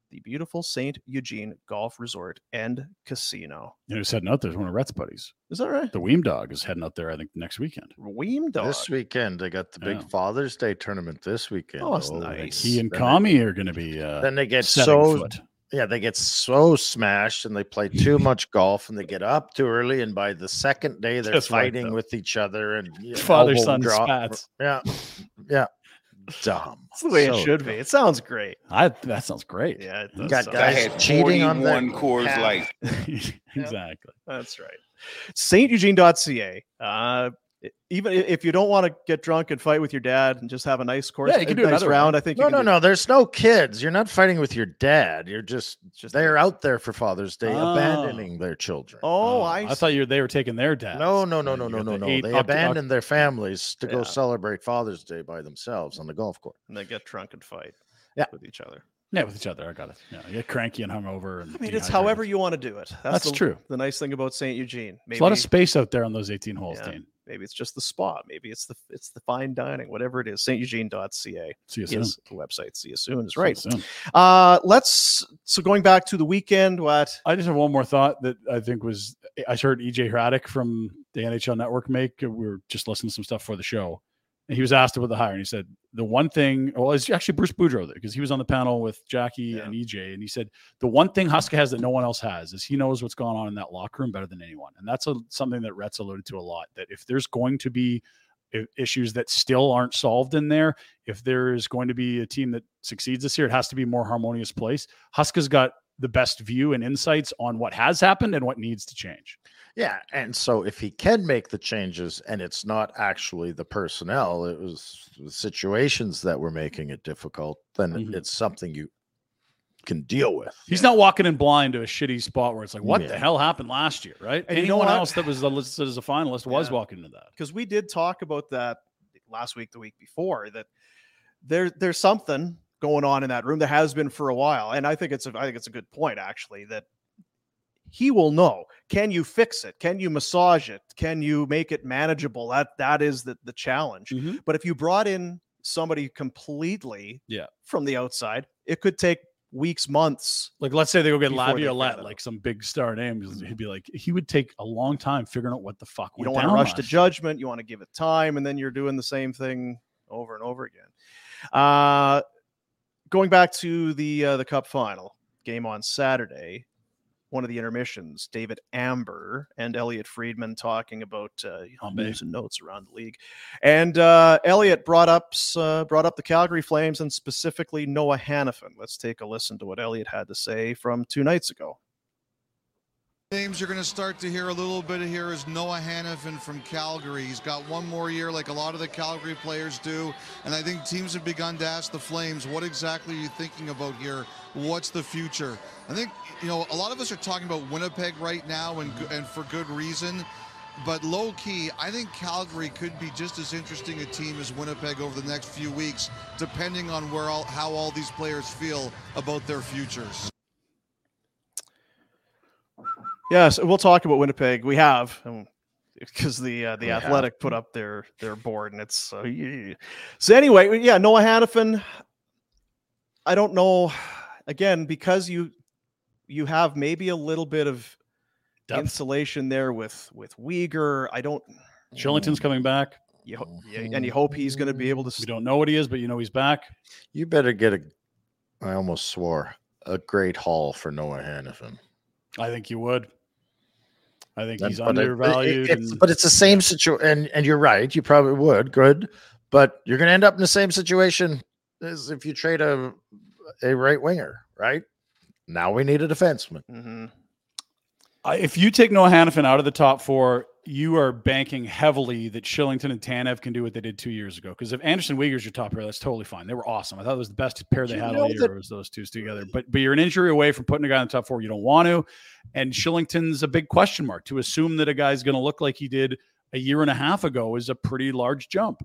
Speaker 1: the beautiful St. Eugene Golf Resort and Casino.
Speaker 2: you know, who's heading out there? is One of Rhett's buddies,
Speaker 1: Is that right?
Speaker 2: the Weem Dog, is heading out there. I think next weekend.
Speaker 1: Weem dog.
Speaker 3: This weekend, they got the big
Speaker 2: Yeah.
Speaker 3: Father's Day tournament this weekend.
Speaker 1: Oh, that's
Speaker 3: and
Speaker 1: nice.
Speaker 2: He and
Speaker 3: then they-
Speaker 2: Kami are going to be uh,
Speaker 3: Then they get
Speaker 2: setting
Speaker 3: so
Speaker 2: foot.
Speaker 3: yeah, they get so smashed and they play
Speaker 2: <laughs>
Speaker 3: too much golf and they get up too early. And by the second day, they're
Speaker 2: Just like
Speaker 3: fighting
Speaker 2: them.
Speaker 3: with each other and you know,
Speaker 2: Father
Speaker 3: elbow
Speaker 2: son
Speaker 3: drop-
Speaker 2: spats.
Speaker 3: Yeah, yeah, dumb.
Speaker 1: That's the way
Speaker 3: So
Speaker 1: it should be. It sounds great.
Speaker 2: I that sounds great.
Speaker 1: Yeah, it
Speaker 3: You
Speaker 1: does
Speaker 3: got
Speaker 1: sound
Speaker 5: I
Speaker 3: guys
Speaker 1: great.
Speaker 5: had
Speaker 3: cheating on their
Speaker 5: 41 Coors
Speaker 3: pal.
Speaker 2: <laughs>
Speaker 5: Light.
Speaker 2: exactly.
Speaker 1: That's right. SaintEugene.ca. Uh, even i- if you don't want to get drunk and fight with your dad and just have a nice course,
Speaker 2: Yeah, you can
Speaker 1: a
Speaker 2: do
Speaker 1: nice
Speaker 2: another
Speaker 1: round.
Speaker 2: round.
Speaker 1: I think.
Speaker 3: No,
Speaker 1: you
Speaker 3: no,
Speaker 1: can
Speaker 3: no. There's no kids. You're not fighting with your dad. You're just,
Speaker 1: Just-
Speaker 3: they're out there for Father's Day,
Speaker 2: Ah.
Speaker 3: abandoning their children.
Speaker 1: do- Oh, I,
Speaker 2: I thought you they were taking their dad.
Speaker 3: No, no, no, no, no, no, no. They abandoned their families to
Speaker 1: Yeah.
Speaker 3: go celebrate Father's Day by themselves on the golf course.
Speaker 1: and they get drunk and fight.
Speaker 3: Yeah.
Speaker 1: with each other.
Speaker 2: yeah, with each other. I got it. Yeah, you get cranky and hungover. And
Speaker 1: I mean, it's however
Speaker 2: dehydrated.
Speaker 1: you want to do it. That's,
Speaker 2: That's
Speaker 1: the,
Speaker 2: true.
Speaker 1: The nice thing about Saint Eugene, maybe
Speaker 2: There's a lot of space out there on those 18 holes,
Speaker 1: Yeah.
Speaker 2: Dean.
Speaker 1: maybe it's just the spa, maybe it's the it's the fine dining, whatever it is. SaintEugene.ca
Speaker 2: See you soon.
Speaker 1: is the website. See you soon is
Speaker 2: See you
Speaker 1: right.
Speaker 2: soon.
Speaker 1: Uh, let's so going back to the weekend. What
Speaker 2: I just have one more thought that I think was I just heard EJ Hraddick from the NHL Network make. We were just listening to some stuff for the show, and he was asked about the hire, and he said the one thing. Well, it's actually Bruce Boudreau there because he was on the panel with Jackie
Speaker 1: Yeah.
Speaker 2: and EJ, and he said the one thing Huska has that no one else has is he knows what's going on in that locker room better than anyone, and that's a, something that Rhett's alluded to a lot. That if there's going to be i- issues that still aren't solved in there if there is going to be a team that succeeds this year it has to be a more harmonious place huska's got the best view and insights on what has happened and what needs to change.
Speaker 3: Yeah. And so if he can make the changes and it's not actually the personnel, it was the situations that were making it difficult, then
Speaker 2: Mhm.
Speaker 3: it's something you can deal with.
Speaker 2: He's not walking in blind to a shitty spot where it's like, what
Speaker 3: Yeah.
Speaker 2: the hell happened last year, right?
Speaker 1: And you know
Speaker 2: Anyone
Speaker 1: what?
Speaker 2: else that was the listed as a finalist was
Speaker 1: Yeah.
Speaker 2: walking into that.
Speaker 1: because we did talk about that last week, the week before, that there there's something going on in that room that has been for a while, and I think it's a, I think it's a good point actually that he will know. Can you fix it? Can you massage it? Can you make it manageable? That that is the the challenge. But if you brought in somebody completely
Speaker 2: Yeah.
Speaker 1: from the outside, it could take weeks, months.
Speaker 2: Like, let's say they go
Speaker 1: Before
Speaker 2: get
Speaker 1: they found
Speaker 2: Laviolette,
Speaker 1: out. Mm-hmm.
Speaker 2: like some big star name. He'd be like, he would take a long time figuring out what the fuck.
Speaker 1: You
Speaker 2: went
Speaker 1: don't want to
Speaker 2: down
Speaker 1: rush to
Speaker 2: last year.
Speaker 1: judgment. You want to give it time, and then you're doing the same thing <laughs> over and over again. Uh, going back to the uh, the Cup final game on Saturday, one of the intermissions, David Amber and Elliot Friedman talking about uh, you know,
Speaker 2: Oh, man.
Speaker 1: news and notes around the league, and uh, Elliot brought up s- uh, brought up the Calgary Flames and specifically Noah Hannafin. Let's take a listen to what Elliot had to say from two nights ago.
Speaker 6: Names you're going to start to hear a little bit of here is Noah Hannafin from Calgary. He's got one more year, like a lot of the Calgary players do. And I think teams have begun to ask the Flames, what exactly are you thinking about here? What's the future? I think, you know, a lot of us are talking about Winnipeg right now and, go- and for good reason. But low key, I think Calgary could be just as interesting a team as Winnipeg over the next few weeks, depending on where all, how all these players feel about their futures.
Speaker 1: Yes, we'll talk about Winnipeg. We have because the uh, the
Speaker 3: We have.
Speaker 1: Athletic put up their their board, and it's uh, yeah. so anyway. Yeah, Noah Hannafin. I don't know. Again, because you you have maybe a little bit of
Speaker 2: Depth.
Speaker 1: insulation there with with Uyghur. I don't.
Speaker 2: Shillington's coming back.
Speaker 1: You, ho- you- and you hope he's going to be able to.
Speaker 2: We
Speaker 1: s-
Speaker 2: don't know what he is, but you know he's back.
Speaker 3: You better get a, I almost swore, a great haul for Noah Hannafin.
Speaker 2: I think you would. I think
Speaker 3: And-
Speaker 2: he's
Speaker 3: but it- it-
Speaker 2: undervalued.
Speaker 3: it's-
Speaker 2: and-
Speaker 3: but it's the same situation, and, and you're right. You probably would good, but you're going to end up in the same situation as if you trade a a right winger, right? Now we need a defenseman.
Speaker 1: Mhm.
Speaker 2: I, if you take Noah Hannafin out of the top four, you are banking heavily that Shillington and Tanev can do what they did two years ago. Because if Anderson Uyghur's your top pair, that's totally fine. They were awesome. I thought it was the best pair they
Speaker 3: You
Speaker 2: had
Speaker 3: know
Speaker 2: all year
Speaker 3: that-
Speaker 2: was those two together. But but you're an injury away from putting a guy in the top four you don't want to. And Shillington's a big question mark. To assume that a guy's going to look like he did a year and a half ago is a pretty large jump.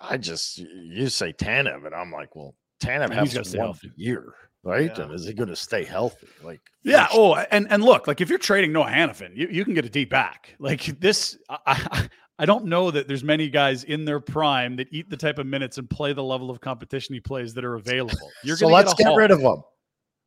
Speaker 3: I just you say Tanev, and I'm like, well, Tanev
Speaker 2: And he's
Speaker 3: has
Speaker 2: gotta stay
Speaker 3: one
Speaker 2: healthy.
Speaker 3: year, right?
Speaker 1: Yeah.
Speaker 3: And is he going to stay healthy? Like,
Speaker 2: Yeah.
Speaker 3: first-
Speaker 2: Oh, and and look, like if you're trading Noah Hannafin, you, you can get a deep back. Like this, I, I I don't know that there's many guys in their prime that eat the type of minutes and play the level of competition he plays that are available. You're
Speaker 3: so
Speaker 2: gonna
Speaker 3: let's get,
Speaker 2: a haul.
Speaker 3: rid of him.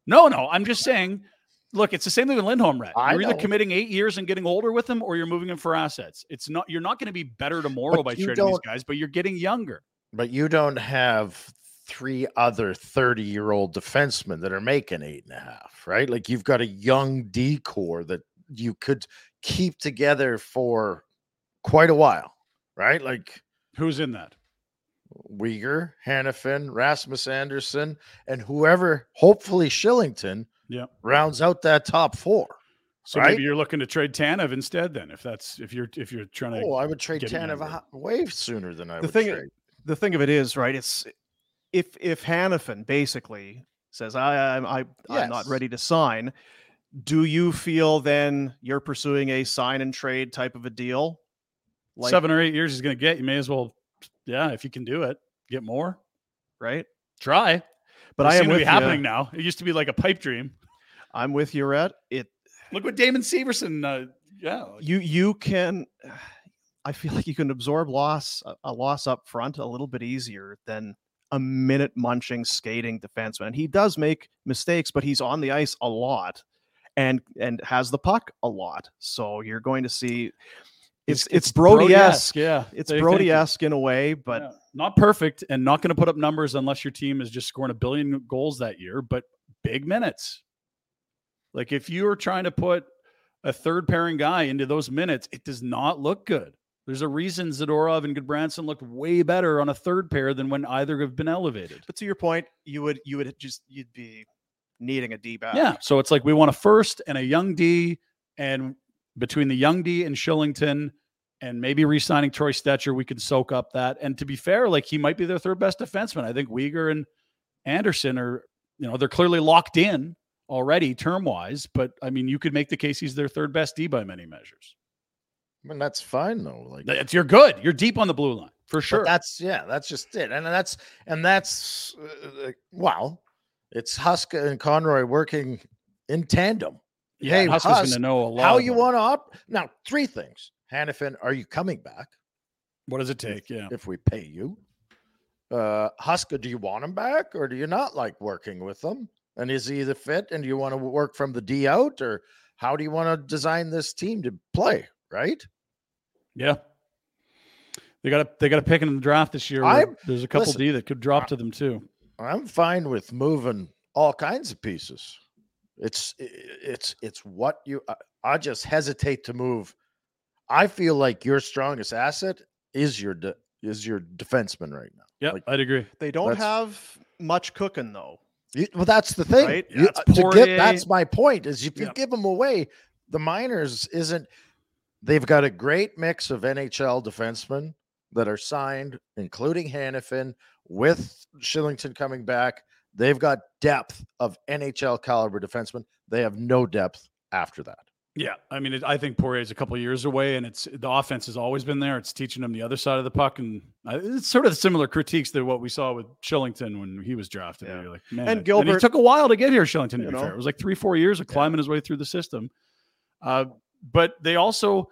Speaker 2: No, no, I'm just saying. Look, it's the same thing with Lindholm, Red.
Speaker 3: I
Speaker 2: You're either
Speaker 3: know.
Speaker 2: committing eight years and getting older with him, or you're moving him for assets. It's not. You're not going to be better tomorrow
Speaker 3: But
Speaker 2: by
Speaker 3: you
Speaker 2: trading these
Speaker 3: don't-
Speaker 2: guys, but you're getting younger.
Speaker 3: But you don't have three other 30 year old defensemen that are making eight and a half, right? Like you've got a young decor that you could keep together for quite a while, right? Like
Speaker 2: Who's in that?
Speaker 3: Uyghur, Hannafin, Rasmus Anderson, and whoever, hopefully Shillington,
Speaker 2: Yeah.
Speaker 3: rounds out that top four.
Speaker 2: So
Speaker 3: Right?
Speaker 2: maybe you're looking to trade Tanev instead, then, if that's if you're if you're trying to.
Speaker 3: Oh, I would trade
Speaker 2: getting
Speaker 3: Tanev
Speaker 2: younger.
Speaker 3: ho- way sooner than I
Speaker 1: The
Speaker 3: would
Speaker 1: thing-
Speaker 3: trade.
Speaker 1: the thing of it is, right? It's if if Hannafin basically says, "I I, I I'm not
Speaker 3: Yes.
Speaker 1: ready to sign," do you feel then you're pursuing a sign and trade type of a deal?
Speaker 2: seven or eight years he's going to get. You may as well, yeah, if you can do it, get more.
Speaker 1: right?
Speaker 2: Try.
Speaker 1: But I
Speaker 2: Doesn't
Speaker 1: am
Speaker 2: seem to
Speaker 1: with
Speaker 2: be
Speaker 1: you.
Speaker 2: happening now. It used to be like a pipe dream.
Speaker 1: I'm with you, Rhett. It
Speaker 2: Look what Damon Severson. Uh, yeah, like-
Speaker 1: you you can. <sighs> I feel like you can absorb loss a- a loss up front a little bit easier than a minute munching skating defenseman. And he does make mistakes, but he's on the ice a lot, and and has the puck a lot. So you're going to see. It's it's, Brody-esque.
Speaker 2: Yeah,
Speaker 1: It's
Speaker 2: They- thank you.
Speaker 1: Brody-esque in a way, but
Speaker 2: Yeah. not perfect and not going to put up numbers unless your team is just scoring a billion goals that year, but big minutes. Like if you are trying to put a third pairing guy into those minutes, it does not look good. There's a reason Zadorov and Goodbranson looked way better on a third pair than when either have been elevated.
Speaker 1: but to your point, you would you would just you'd be needing a D back.
Speaker 2: Yeah. So it's like we want a first and a young D, and between the young D and Shillington, and maybe re-signing Troy Stetcher, we can soak up that. And to be fair, like he might be their third best defenseman. I think Uyghur and Anderson are, you know, they're clearly locked in already term wise. But I mean, you could make the case he's their third best D by many measures.
Speaker 3: I mean, that's fine though. Like
Speaker 2: It's, you're good. You're deep on the blue line for
Speaker 3: But
Speaker 2: sure.
Speaker 3: that's yeah, that's just it. And that's and that's uh, like, wow. It's Huska and Conroy working in tandem.
Speaker 2: yeah,
Speaker 3: hey,
Speaker 2: and Huska's
Speaker 3: Husk,
Speaker 2: gonna know a lot.
Speaker 3: How
Speaker 2: of
Speaker 3: you
Speaker 2: them.
Speaker 3: want to op now? Three things. Hannafin, are you coming back
Speaker 2: What does it take? Yeah.
Speaker 3: if we pay you? Uh Huska, do you want him back or do you not like working with him? And is he the fit? And do you want to work from the D out or how do you want to design this team to play? Right?
Speaker 2: Yeah. They got a they got a pick in the draft this year. where
Speaker 3: I'm-
Speaker 2: there's a couple
Speaker 3: listen,
Speaker 2: D that could drop
Speaker 3: I-
Speaker 2: to them too.
Speaker 3: I'm fine with moving all kinds of pieces. It's i- i- it's it's what you. I, I just hesitate to move. I feel like your strongest asset is your de, is your defenseman right now.
Speaker 2: Yeah,
Speaker 3: Like,
Speaker 2: I'd agree.
Speaker 1: they don't
Speaker 3: That's-
Speaker 1: have much cooking though.
Speaker 3: You- well, that's the thing.
Speaker 1: Right?
Speaker 3: You-
Speaker 2: Yeah, it's
Speaker 3: uh, to get,
Speaker 2: Poirier.
Speaker 3: that's my point. Is if you
Speaker 2: Yeah.
Speaker 3: give them away, the minors isn't. They've got a great mix of NHL defensemen that are signed, including Hannafin, with Shillington coming back. They've got depth of NHL caliber defensemen. They have no depth after that.
Speaker 2: Yeah, I mean, it, I think Poirier's a couple years away, and it's the offense has always been there. It's teaching him the other side of the puck, and I, it's sort of similar critiques to what we saw with Shillington when he was drafted.
Speaker 1: Yeah.
Speaker 2: You're like, man,
Speaker 1: And
Speaker 2: it- it
Speaker 1: Gilbert-
Speaker 2: took a while to get here. Shillington, to be
Speaker 1: You
Speaker 2: fair,
Speaker 1: know?
Speaker 2: it was like three, four years of climbing his way through the system. Uh, but they also,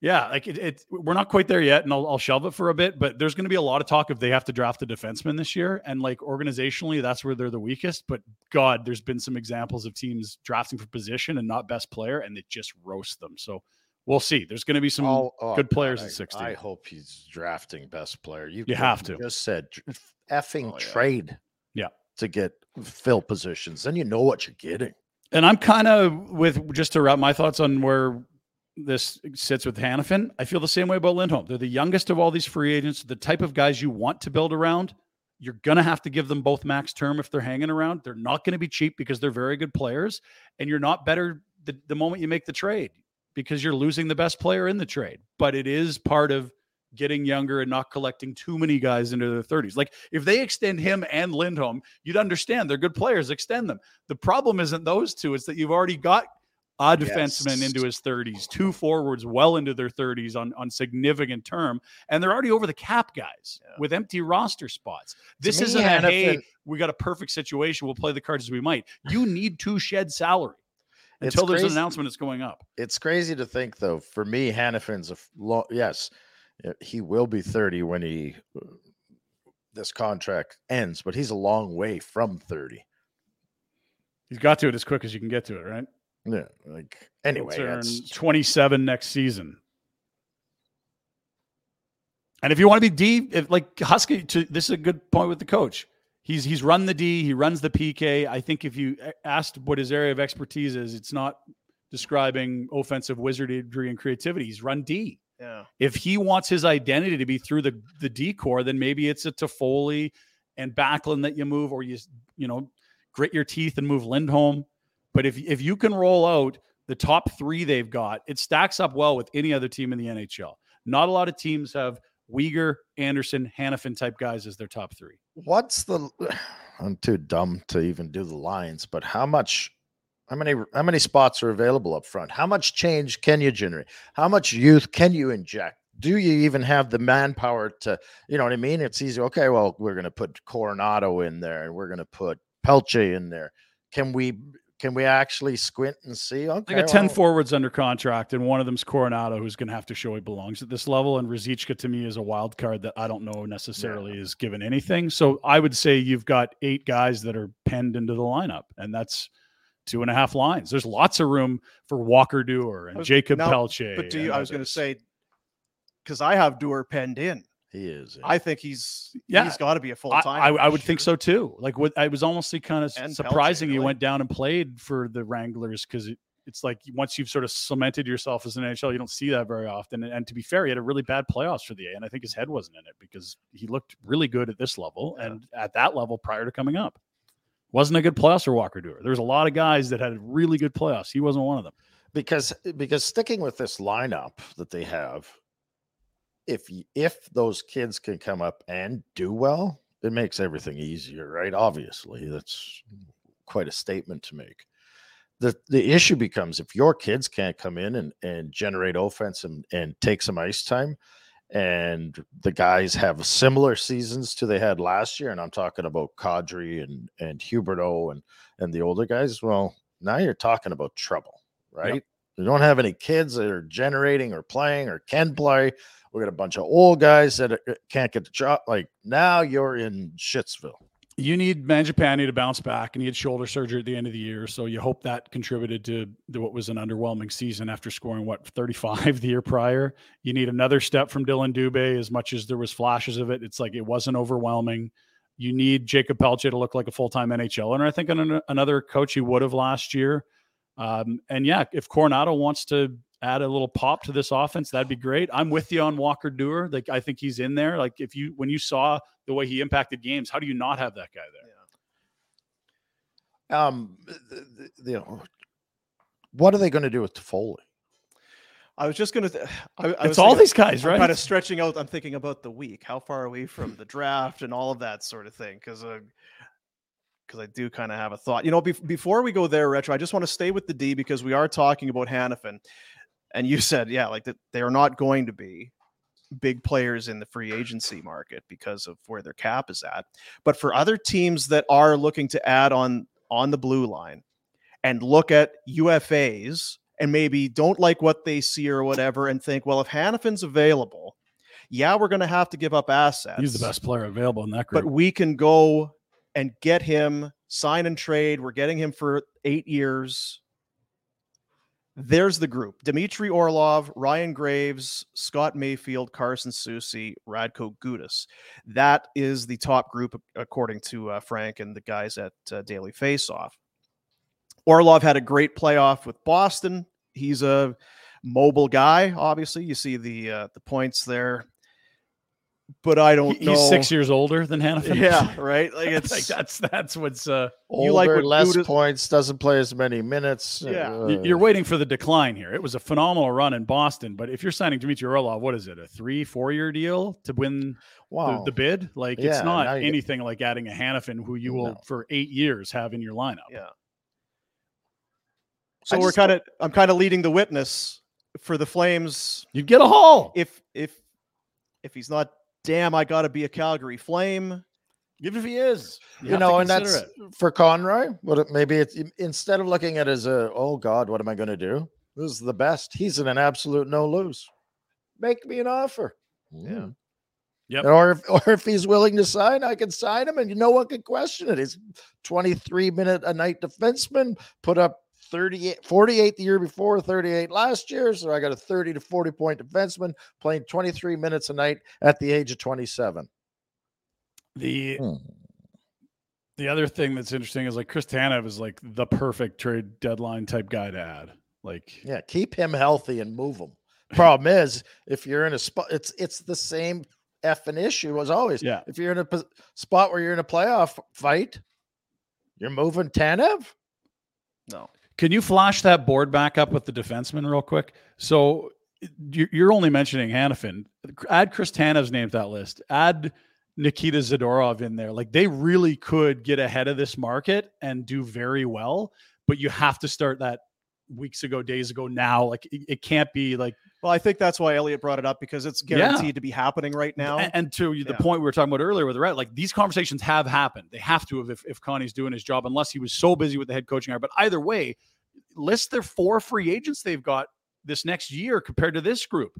Speaker 2: yeah, like it, it, we're not quite there yet, and I'll, I'll shelve it for a bit. But there's going to be a lot of talk if they have to draft a defenseman this year, and like organizationally, that's where they're the weakest. But God, there's been some examples of teams drafting for position and not best player, and they just roast them. So we'll see. There's going to be some.
Speaker 3: All- oh,
Speaker 2: good players
Speaker 3: God,
Speaker 2: at
Speaker 3: I-
Speaker 2: 60.
Speaker 3: I hope he's drafting best player. You,
Speaker 2: You
Speaker 3: couldn't
Speaker 2: have to.
Speaker 3: Just said dr- effing
Speaker 1: Oh, yeah.
Speaker 3: trade.
Speaker 2: Yeah.
Speaker 3: To get fill positions, then you know what you're getting.
Speaker 2: And I'm kind of with just to wrap my thoughts on where this sits with Hannafin. I feel the same way about Lindholm. They're the youngest of all these free agents, the type of guys you want to build around. You're going to have to give them both max term if they're hanging around. They're not going to be cheap because they're very good players. And you're not better the, the moment you make the trade because you're losing the best player in the trade. But it is part of getting younger and not collecting too many guys into their 30s. Like if they extend him and Lindholm, you'd understand they're good players, extend them. The problem isn't those two, it's that you've already got a defenseman
Speaker 3: Yes.
Speaker 2: into his 30s, two forwards well into their 30s on, on significant term, and they're already over the cap guys with empty roster spots. This
Speaker 3: me,
Speaker 2: isn't a,
Speaker 3: Hannafin-
Speaker 2: hey, we got a perfect situation. We'll play the cards as we might. You need to shed salary
Speaker 3: It's
Speaker 2: until there's
Speaker 3: crazy.
Speaker 2: an announcement it's going up.
Speaker 3: it's crazy to think though for me hannafin's a long yes uh, he will be 30 when he uh, this contract ends but he's a long way from 30
Speaker 2: He's got to it as quick as you can get to it, right?
Speaker 3: yeah like anyway
Speaker 2: turn
Speaker 3: that's
Speaker 2: 27 next season. And if you want to be D, if like Husky, to, this is a good point with the coach. he's he's run the D, he runs the PK. I think if you a- asked what his area of expertise is, it's not describing offensive wizardry and creativity. He's run D.
Speaker 1: Yeah.
Speaker 2: If he wants his identity to be through the the D core, then maybe it's a Toffoli and Backlund that you move, or you s- you know grit your teeth and move Lindholm. But if if you can roll out the top three they've got, it stacks up well with any other team in the NHL. Not a lot of teams have Uyghur, Anderson, Hannafin type guys as their top three.
Speaker 3: What's the? I'm too dumb to even do the lines, but how much? How many? How many spots are available up front? How much change can you generate? How much youth can you inject? Do you even have the manpower to? You know what I mean? It's easy. Okay, well, we're going to put Coronado in there, and we're going to put Pelche in there. Can we? Can we actually squint and see?
Speaker 2: They
Speaker 3: Okay,
Speaker 2: got 10
Speaker 3: well,
Speaker 2: forwards under contract, and one of them's Coronado, who's going to have to show he belongs at this level. And Rizicka to me is a wild card that I don't know necessarily is given anything. So I would say you've got eight guys that are penned into the lineup, and that's two and a half lines. There's lots of room for Walker Dewar and
Speaker 1: I was-
Speaker 2: Jacob
Speaker 1: Uh, now,
Speaker 2: Pelche.
Speaker 1: But do
Speaker 2: and
Speaker 1: you? I was going to
Speaker 2: others.
Speaker 1: say because I have Dewar penned in.
Speaker 3: He is.
Speaker 1: I think he's
Speaker 2: Yeah.
Speaker 1: he's got to be a full
Speaker 2: I,
Speaker 1: time.
Speaker 2: I, I would think so too. Like, what I was honestly kind of
Speaker 1: And Pelche,
Speaker 2: surprising he
Speaker 1: really.
Speaker 2: went down and played for the Wranglers because it, it's like once you've sort of cemented yourself as an NHL, you don't see that very often. And, and to be fair, he had a really bad playoffs for the A, and I think his head wasn't in it because he looked really good at this level and at that level prior to coming up. Wasn't a good playoffs for Walker Doer. There was a lot of guys that had really good playoffs. He wasn't one of them.
Speaker 3: because because sticking with this lineup that they have if y- if those kids can come up and do well it makes everything easier right obviously that's quite a statement to make the the issue becomes if your kids can't come in and and generate offense and and take some ice time and the guys have similar seasons to they had last year and i'm talking about Kadri and and Huberto and and the older guys well now you're talking about trouble right? We don't have any kids that are generating or playing or can play. We got a bunch of old guys that are- can't get the job. Like now you're in Shitsville.
Speaker 2: you need Manjapani to bounce back, and he had shoulder surgery at the end of the year. So you hope that contributed to, to what was an underwhelming season after scoring what 35 <laughs> the year prior. You need another step from Dylan Dubé. As much as there was flashes of it, it's like it wasn't overwhelming. You need Jacob Pelche to look like a full time NHL, and I think an, another coach he would have last year. Um, and yeah, if Coronado wants to add a little pop to this offense, that'd be great. I'm with you on Walker Dewar. Like I think he's in there. Like if you when you saw the way he impacted games, how do you not have that guy there?
Speaker 3: Um, th- th- th- you know, what are they going to do with Toffoli?
Speaker 1: I was just going to. I, I was
Speaker 2: it's all
Speaker 1: thinking-
Speaker 2: these guys, right?
Speaker 1: I'm kind of stretching out. I'm thinking about the week. How far are we from the draft and all of that sort of thing? Because because I do kind of have a thought. You know, bef- before we go there, retro, I just want to stay with the D because we are talking about Hannafin, and you <laughs> said, yeah, like that they are not going to be big players in the free agency market because of where their cap is at. But for other teams that are looking to add on on the blue line and look at UFAs and maybe don't like what they see or whatever and think, well, if Hannafin's available, yeah, we're going to have to give up assets.
Speaker 2: He's the best player available in that
Speaker 1: But
Speaker 2: group.
Speaker 1: we can go and get him, sign and trade. We're getting him for eight years. There's the group Dmitry Orlov, Ryan Graves, Scott Mayfield, Carson Susi, Radko Gudis. That is the top group, ac- according to uh, Frank and the guys at uh, Daily Faceoff. Orlov had a great playoff with Boston. He's a mobile guy, obviously. You see the uh, the points there, but I don't
Speaker 2: He-
Speaker 1: know.
Speaker 2: he's six years older than Hannafin.
Speaker 1: Yeah, right. Like
Speaker 2: <laughs> Like,
Speaker 1: it's
Speaker 2: that's that's what's uh
Speaker 3: Older,
Speaker 1: You like what
Speaker 3: less
Speaker 1: Duda-
Speaker 3: points, doesn't play as many minutes. uh,
Speaker 1: Yeah.
Speaker 2: y- you're waiting for the decline here. It was a phenomenal run in Boston, but if you're signing Dmitry Orlov, what is it, a three, four year deal to win
Speaker 3: wow.
Speaker 2: the, the bid? Like
Speaker 3: Yeah,
Speaker 2: it's not
Speaker 3: now you get-
Speaker 2: anything like adding a Hannafin who you will
Speaker 3: No.
Speaker 2: for eight years have in your lineup.
Speaker 1: yeah.
Speaker 3: I
Speaker 1: So we're
Speaker 3: just don't-
Speaker 1: kind of I'm kind of leading the witness for the Flames
Speaker 2: You get a haul.
Speaker 1: if if if he's not damn I got to be a Calgary Flame.
Speaker 2: Even if he is,
Speaker 3: you,
Speaker 2: have to
Speaker 3: know, and
Speaker 2: consider
Speaker 3: that's
Speaker 2: it.
Speaker 3: for Conroy. What it, maybe it's instead of looking at it as a oh god, what am I going to do? This is the best. He's in an absolute no lose. Make me an offer. Yeah.
Speaker 2: Yep.
Speaker 3: Or if, <laughs> or if he's willing to sign, I can sign him, and no one can question it. He's 23 minute a night defenseman, put up 38, 48 the year before, 38 last year. So I got a 30 to 40 point defenseman playing 23 minutes a night at the age of 27.
Speaker 2: the
Speaker 3: Hmm.
Speaker 2: The other thing that's interesting is like Chris Tanev is like the perfect trade deadline type guy to add. Like,
Speaker 3: Yeah, keep him healthy and move
Speaker 2: <laughs>
Speaker 3: him. Problem is, if you're in a spot, it's it's the same effing issue as always.
Speaker 2: Yeah.
Speaker 3: If you're in a pos- spot where you're in a playoff fight, you're moving Tanev.
Speaker 1: No.
Speaker 2: Can you flash that board back up with the defenseman real quick? So you- you're only mentioning Hannafin. Add Chris Tanev's name to that list. Add Nikita Zadorov in there. Like they really could get ahead of this market and do very well, but you have to start that weeks ago, days ago, now. Like it, it can't be like
Speaker 1: Well, I think that's why Elliot brought it up because it's
Speaker 2: Yeah.
Speaker 1: guaranteed to be happening right now.
Speaker 2: And, and to the
Speaker 1: Yeah.
Speaker 2: point we were talking about earlier with the rat, like these conversations have happened. They have to have if, if Connie's doing his job, unless he was so busy with the head coaching hire. But either way, list their four free agents they've got this next year compared to this group.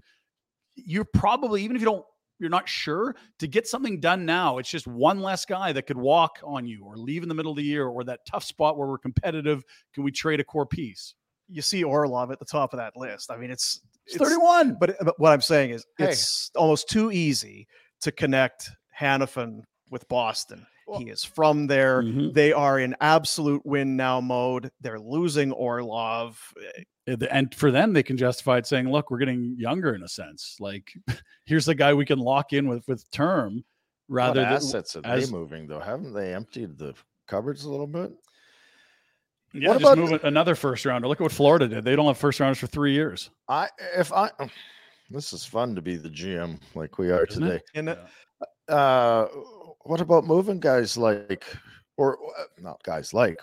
Speaker 2: You're probably, even if you don't, you're not sure to get something done now. It's just one less guy that could walk on you or leave in the middle of the year or that tough spot where we're competitive. Can we trade a core piece?
Speaker 1: you see Orlov at the top of that list. I mean, it's,
Speaker 2: It's 31.
Speaker 1: But, but what I'm saying is,
Speaker 3: Hey.
Speaker 1: it's almost too easy to connect Hannafin with Boston. he is from there.
Speaker 2: Mm-hmm.
Speaker 1: They are in absolute win now mode. They're losing Orlov.
Speaker 2: Uh, the- and for them they can justify it saying look we're getting younger in a sense like <laughs> here's the guy we can lock in with with term rather
Speaker 3: what
Speaker 2: than
Speaker 3: assets are
Speaker 2: as-
Speaker 3: they moving though? Haven't they emptied the cupboards a little bit?
Speaker 2: yeah
Speaker 3: What
Speaker 2: just
Speaker 3: about-
Speaker 2: move it- another first rounder look at what florida did they don't have first rounders for three years
Speaker 3: I if I oh, this is fun to be the GM like we are
Speaker 2: Isn't it?
Speaker 3: today.
Speaker 1: And
Speaker 2: Yeah.
Speaker 3: Uh what about moving guys like or uh, not guys like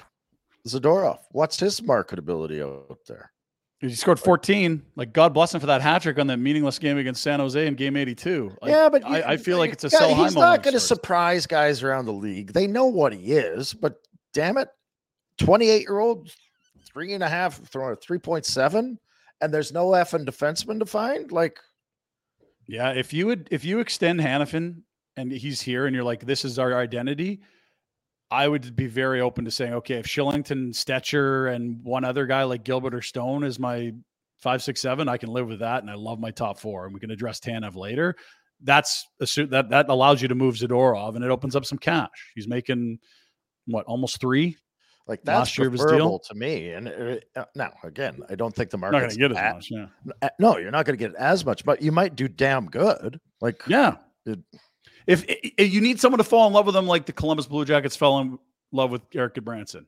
Speaker 3: Zadorov? What's his marketability out there?
Speaker 2: he scored 14 like god bless him for that hat trick on that meaningless game against san jose in game 82 Like,
Speaker 3: yeah, but you-
Speaker 2: I, I feel like
Speaker 3: you
Speaker 2: it's a
Speaker 3: got-
Speaker 2: sell high
Speaker 3: He's not
Speaker 2: moment
Speaker 3: going to
Speaker 2: of sorts.
Speaker 3: surprise guys around the league. They know what he is, but damn it, twenty-eight year old, three and a half, throwing a three point seven, and there's no effing defenseman to find. Like,
Speaker 2: Yeah, if you would, if you extend Hannafin and he's here, and you're like, this is our identity, I would be very open to saying, okay, if Shillington, Stetcher, and one other guy like Gilbert or Stone is my five, six, seven, I can live with that, and I love my top four, and we can address Tanev later. That's a suit that that allows you to move Zadorov, and it opens up some cash. He's making what almost three.
Speaker 3: like
Speaker 2: Last
Speaker 3: that's
Speaker 2: year of his deal?
Speaker 3: preferable to me. And it- uh, now, again, I don't think the
Speaker 2: Not going
Speaker 3: market's
Speaker 2: to get as
Speaker 3: at-
Speaker 2: much. Yeah,
Speaker 3: uh, No, you're not going to get as much, but you might do damn good. Like,
Speaker 2: yeah.
Speaker 3: It-
Speaker 2: If, i i- you need someone to fall in love with them, like the Columbus Blue Jackets fell in love with Eric Branson.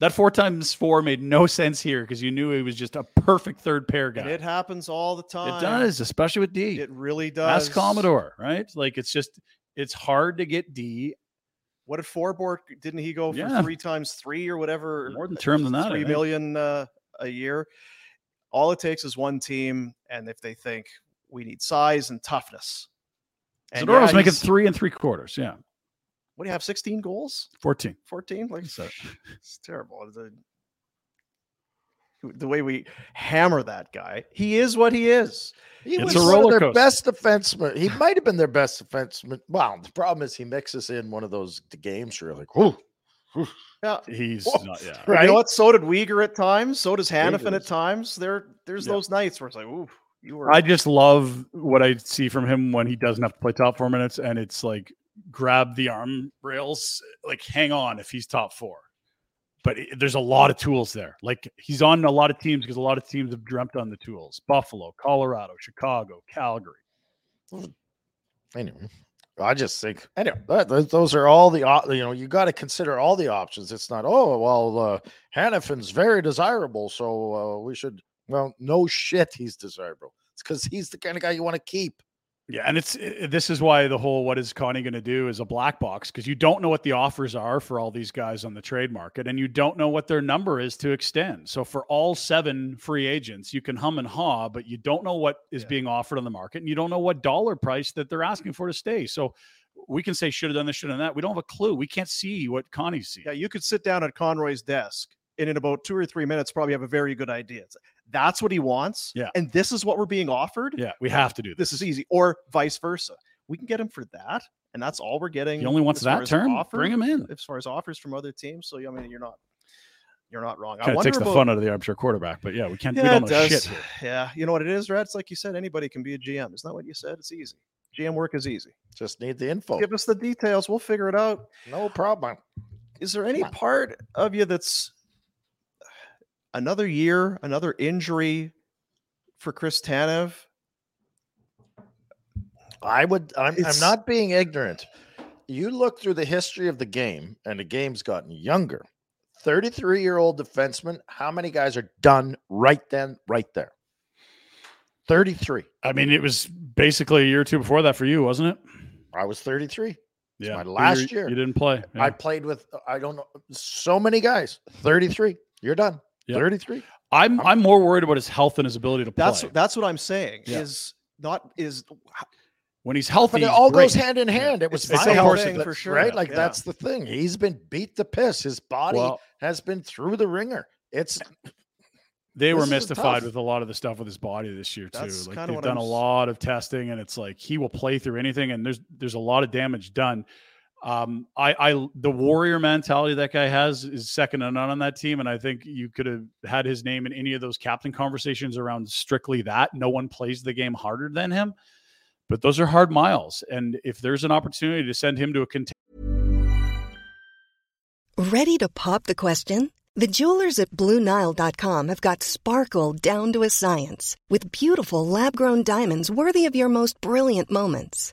Speaker 2: That four times four made no sense here because you knew he was just a perfect third pair guy.
Speaker 1: and it happens all the time.
Speaker 2: It does, especially with D.
Speaker 1: It really does.
Speaker 2: Ask Commodore, right? Like it's just it's hard to get D
Speaker 1: What did Forborg? Didn't he go for
Speaker 2: Yeah.
Speaker 1: three times three or whatever?
Speaker 2: more than term than that. I
Speaker 1: Three
Speaker 2: think.
Speaker 1: million uh, a year. All it takes is one team, and if they think we need size and toughness, and
Speaker 2: Zadorov's
Speaker 1: yeah,
Speaker 2: making
Speaker 1: he's-
Speaker 2: three and three quarters. Yeah,
Speaker 1: What do you have? Sixteen goals,
Speaker 2: fourteen.
Speaker 1: fourteen? Like
Speaker 2: So-
Speaker 1: it's terrible. The, the way we hammer that guy, he is what he is.
Speaker 3: He
Speaker 2: It's
Speaker 3: was
Speaker 2: a
Speaker 3: one
Speaker 2: roller
Speaker 3: of their
Speaker 2: coaster.
Speaker 3: best defenseman. He might have been their best defenseman. Well, the problem is he mixes in one of those d- games where you're like, whoo, <laughs>
Speaker 1: Yeah.
Speaker 2: He's
Speaker 3: Whoa.
Speaker 2: not. Yeah,
Speaker 1: Right. You
Speaker 3: <laughs> Right?
Speaker 1: know what? So did Uyghur at times. So does Hannafin at
Speaker 3: does.
Speaker 1: times. There, there's
Speaker 2: Yeah.
Speaker 1: those nights where it's like, ooh, you were.
Speaker 2: I just love what I see from him when he doesn't have to play top four minutes, and it's like grab the arm rails, like hang on if he's top four. But it- there's a lot of tools there. Like he's on a lot of teams because a lot of teams have dreamt on the tools: Buffalo, Colorado, Chicago, Calgary.
Speaker 3: anyway. I just think anyway. That, that- those are all the op- you know. You got to consider all the options. It's not oh well. Uh, Hannafin's very desirable, so uh, we should. Well, no shit, he's desirable. It's because he's the kind of guy you want to keep.
Speaker 2: Yeah, and it's i- this is why the whole "what is Connie going to do" is a black box because you don't know what the offers are for all these guys on the trade market, and you don't know what their number is to extend. So for all seven free agents, you can hum and haw, but you don't know what is
Speaker 1: Yeah.
Speaker 2: being offered on the market, and you don't know what dollar price that they're asking for to stay. So we can say should have done this, should have done that. We don't have a clue. We can't see what Connie's seeing.
Speaker 1: yeah, you could sit down at Conroy's desk and in about two or three minutes probably have a very good idea. It's like, that's what he wants.
Speaker 2: Yeah.
Speaker 1: And this is what we're being offered.
Speaker 2: Yeah, we have to do this.
Speaker 1: This is easy. Or vice versa. We can get him for that. And that's all we're getting.
Speaker 2: He only wants
Speaker 1: as far
Speaker 2: that
Speaker 1: as an
Speaker 2: term.
Speaker 1: offer-
Speaker 2: Bring him in.
Speaker 1: As far as offers from other teams. So, I mean, you're not, you're not wrong. I
Speaker 2: Kind of
Speaker 1: wonder
Speaker 2: takes the
Speaker 1: about-
Speaker 2: fun out of the armchair quarterback, but yeah, we can't.
Speaker 1: Yeah, it
Speaker 2: we don't
Speaker 1: does.
Speaker 2: know shit. here.
Speaker 1: Yeah. You know what it is, Rad? It's like you said, anybody can be a GM. Isn't that what you said? It's easy. GM work is easy.
Speaker 3: Just need the info.
Speaker 1: Give us the details. We'll figure it out.
Speaker 3: No problem.
Speaker 1: is there any
Speaker 3: Come on.
Speaker 1: part of you that's another year, another injury for Chris Tanev?
Speaker 3: I would. I'm, I'm
Speaker 1: It's-
Speaker 3: not being ignorant. You look through the history of the game, and the game's gotten younger. 33 year old defenseman. How many guys are done right then, right there? 33.
Speaker 2: I mean, it was basically a year or two before that for you, wasn't it?
Speaker 3: I was 33.
Speaker 2: Yeah,
Speaker 3: my
Speaker 2: You
Speaker 3: last
Speaker 2: were-
Speaker 3: year.
Speaker 2: you didn't play. Yeah.
Speaker 3: I played with, I don't know, so many guys. 33. You're done.
Speaker 2: Yep.
Speaker 3: 33.
Speaker 2: I'm I'm more worried about his health and his ability to play.
Speaker 1: That's that's what I'm saying.
Speaker 2: Yeah.
Speaker 1: Is not is
Speaker 2: when he's healthy.
Speaker 3: But it all
Speaker 2: great.
Speaker 3: goes hand in hand. It was
Speaker 2: It's- it's
Speaker 3: my
Speaker 2: a
Speaker 3: health,
Speaker 2: thing
Speaker 3: that-
Speaker 1: for sure,
Speaker 3: right? Like
Speaker 1: yeah.
Speaker 3: that's the thing. He's been beat to piss. His body
Speaker 2: Well,
Speaker 3: has been through the ringer. It's
Speaker 2: they were
Speaker 3: this is
Speaker 2: mystified
Speaker 3: tough.
Speaker 2: with a lot of the stuff with his body this year too.
Speaker 1: That's
Speaker 2: like
Speaker 1: kinda
Speaker 2: they've
Speaker 1: what I'm
Speaker 2: done a
Speaker 1: s-
Speaker 2: lot of testing, and it's like he will play through anything. And there's there's a lot of damage done. Um, I I the warrior mentality that guy has is second to none on that team, and I think you could have had his name in any of those captain conversations around strictly that. No one plays the game harder than him, but those are hard miles, and if there's an opportunity to send him to a container.
Speaker 7: Ready to pop the question? The jewelers at BlueNile.com have got sparkle down to a science with beautiful lab grown diamonds worthy of your most brilliant moments.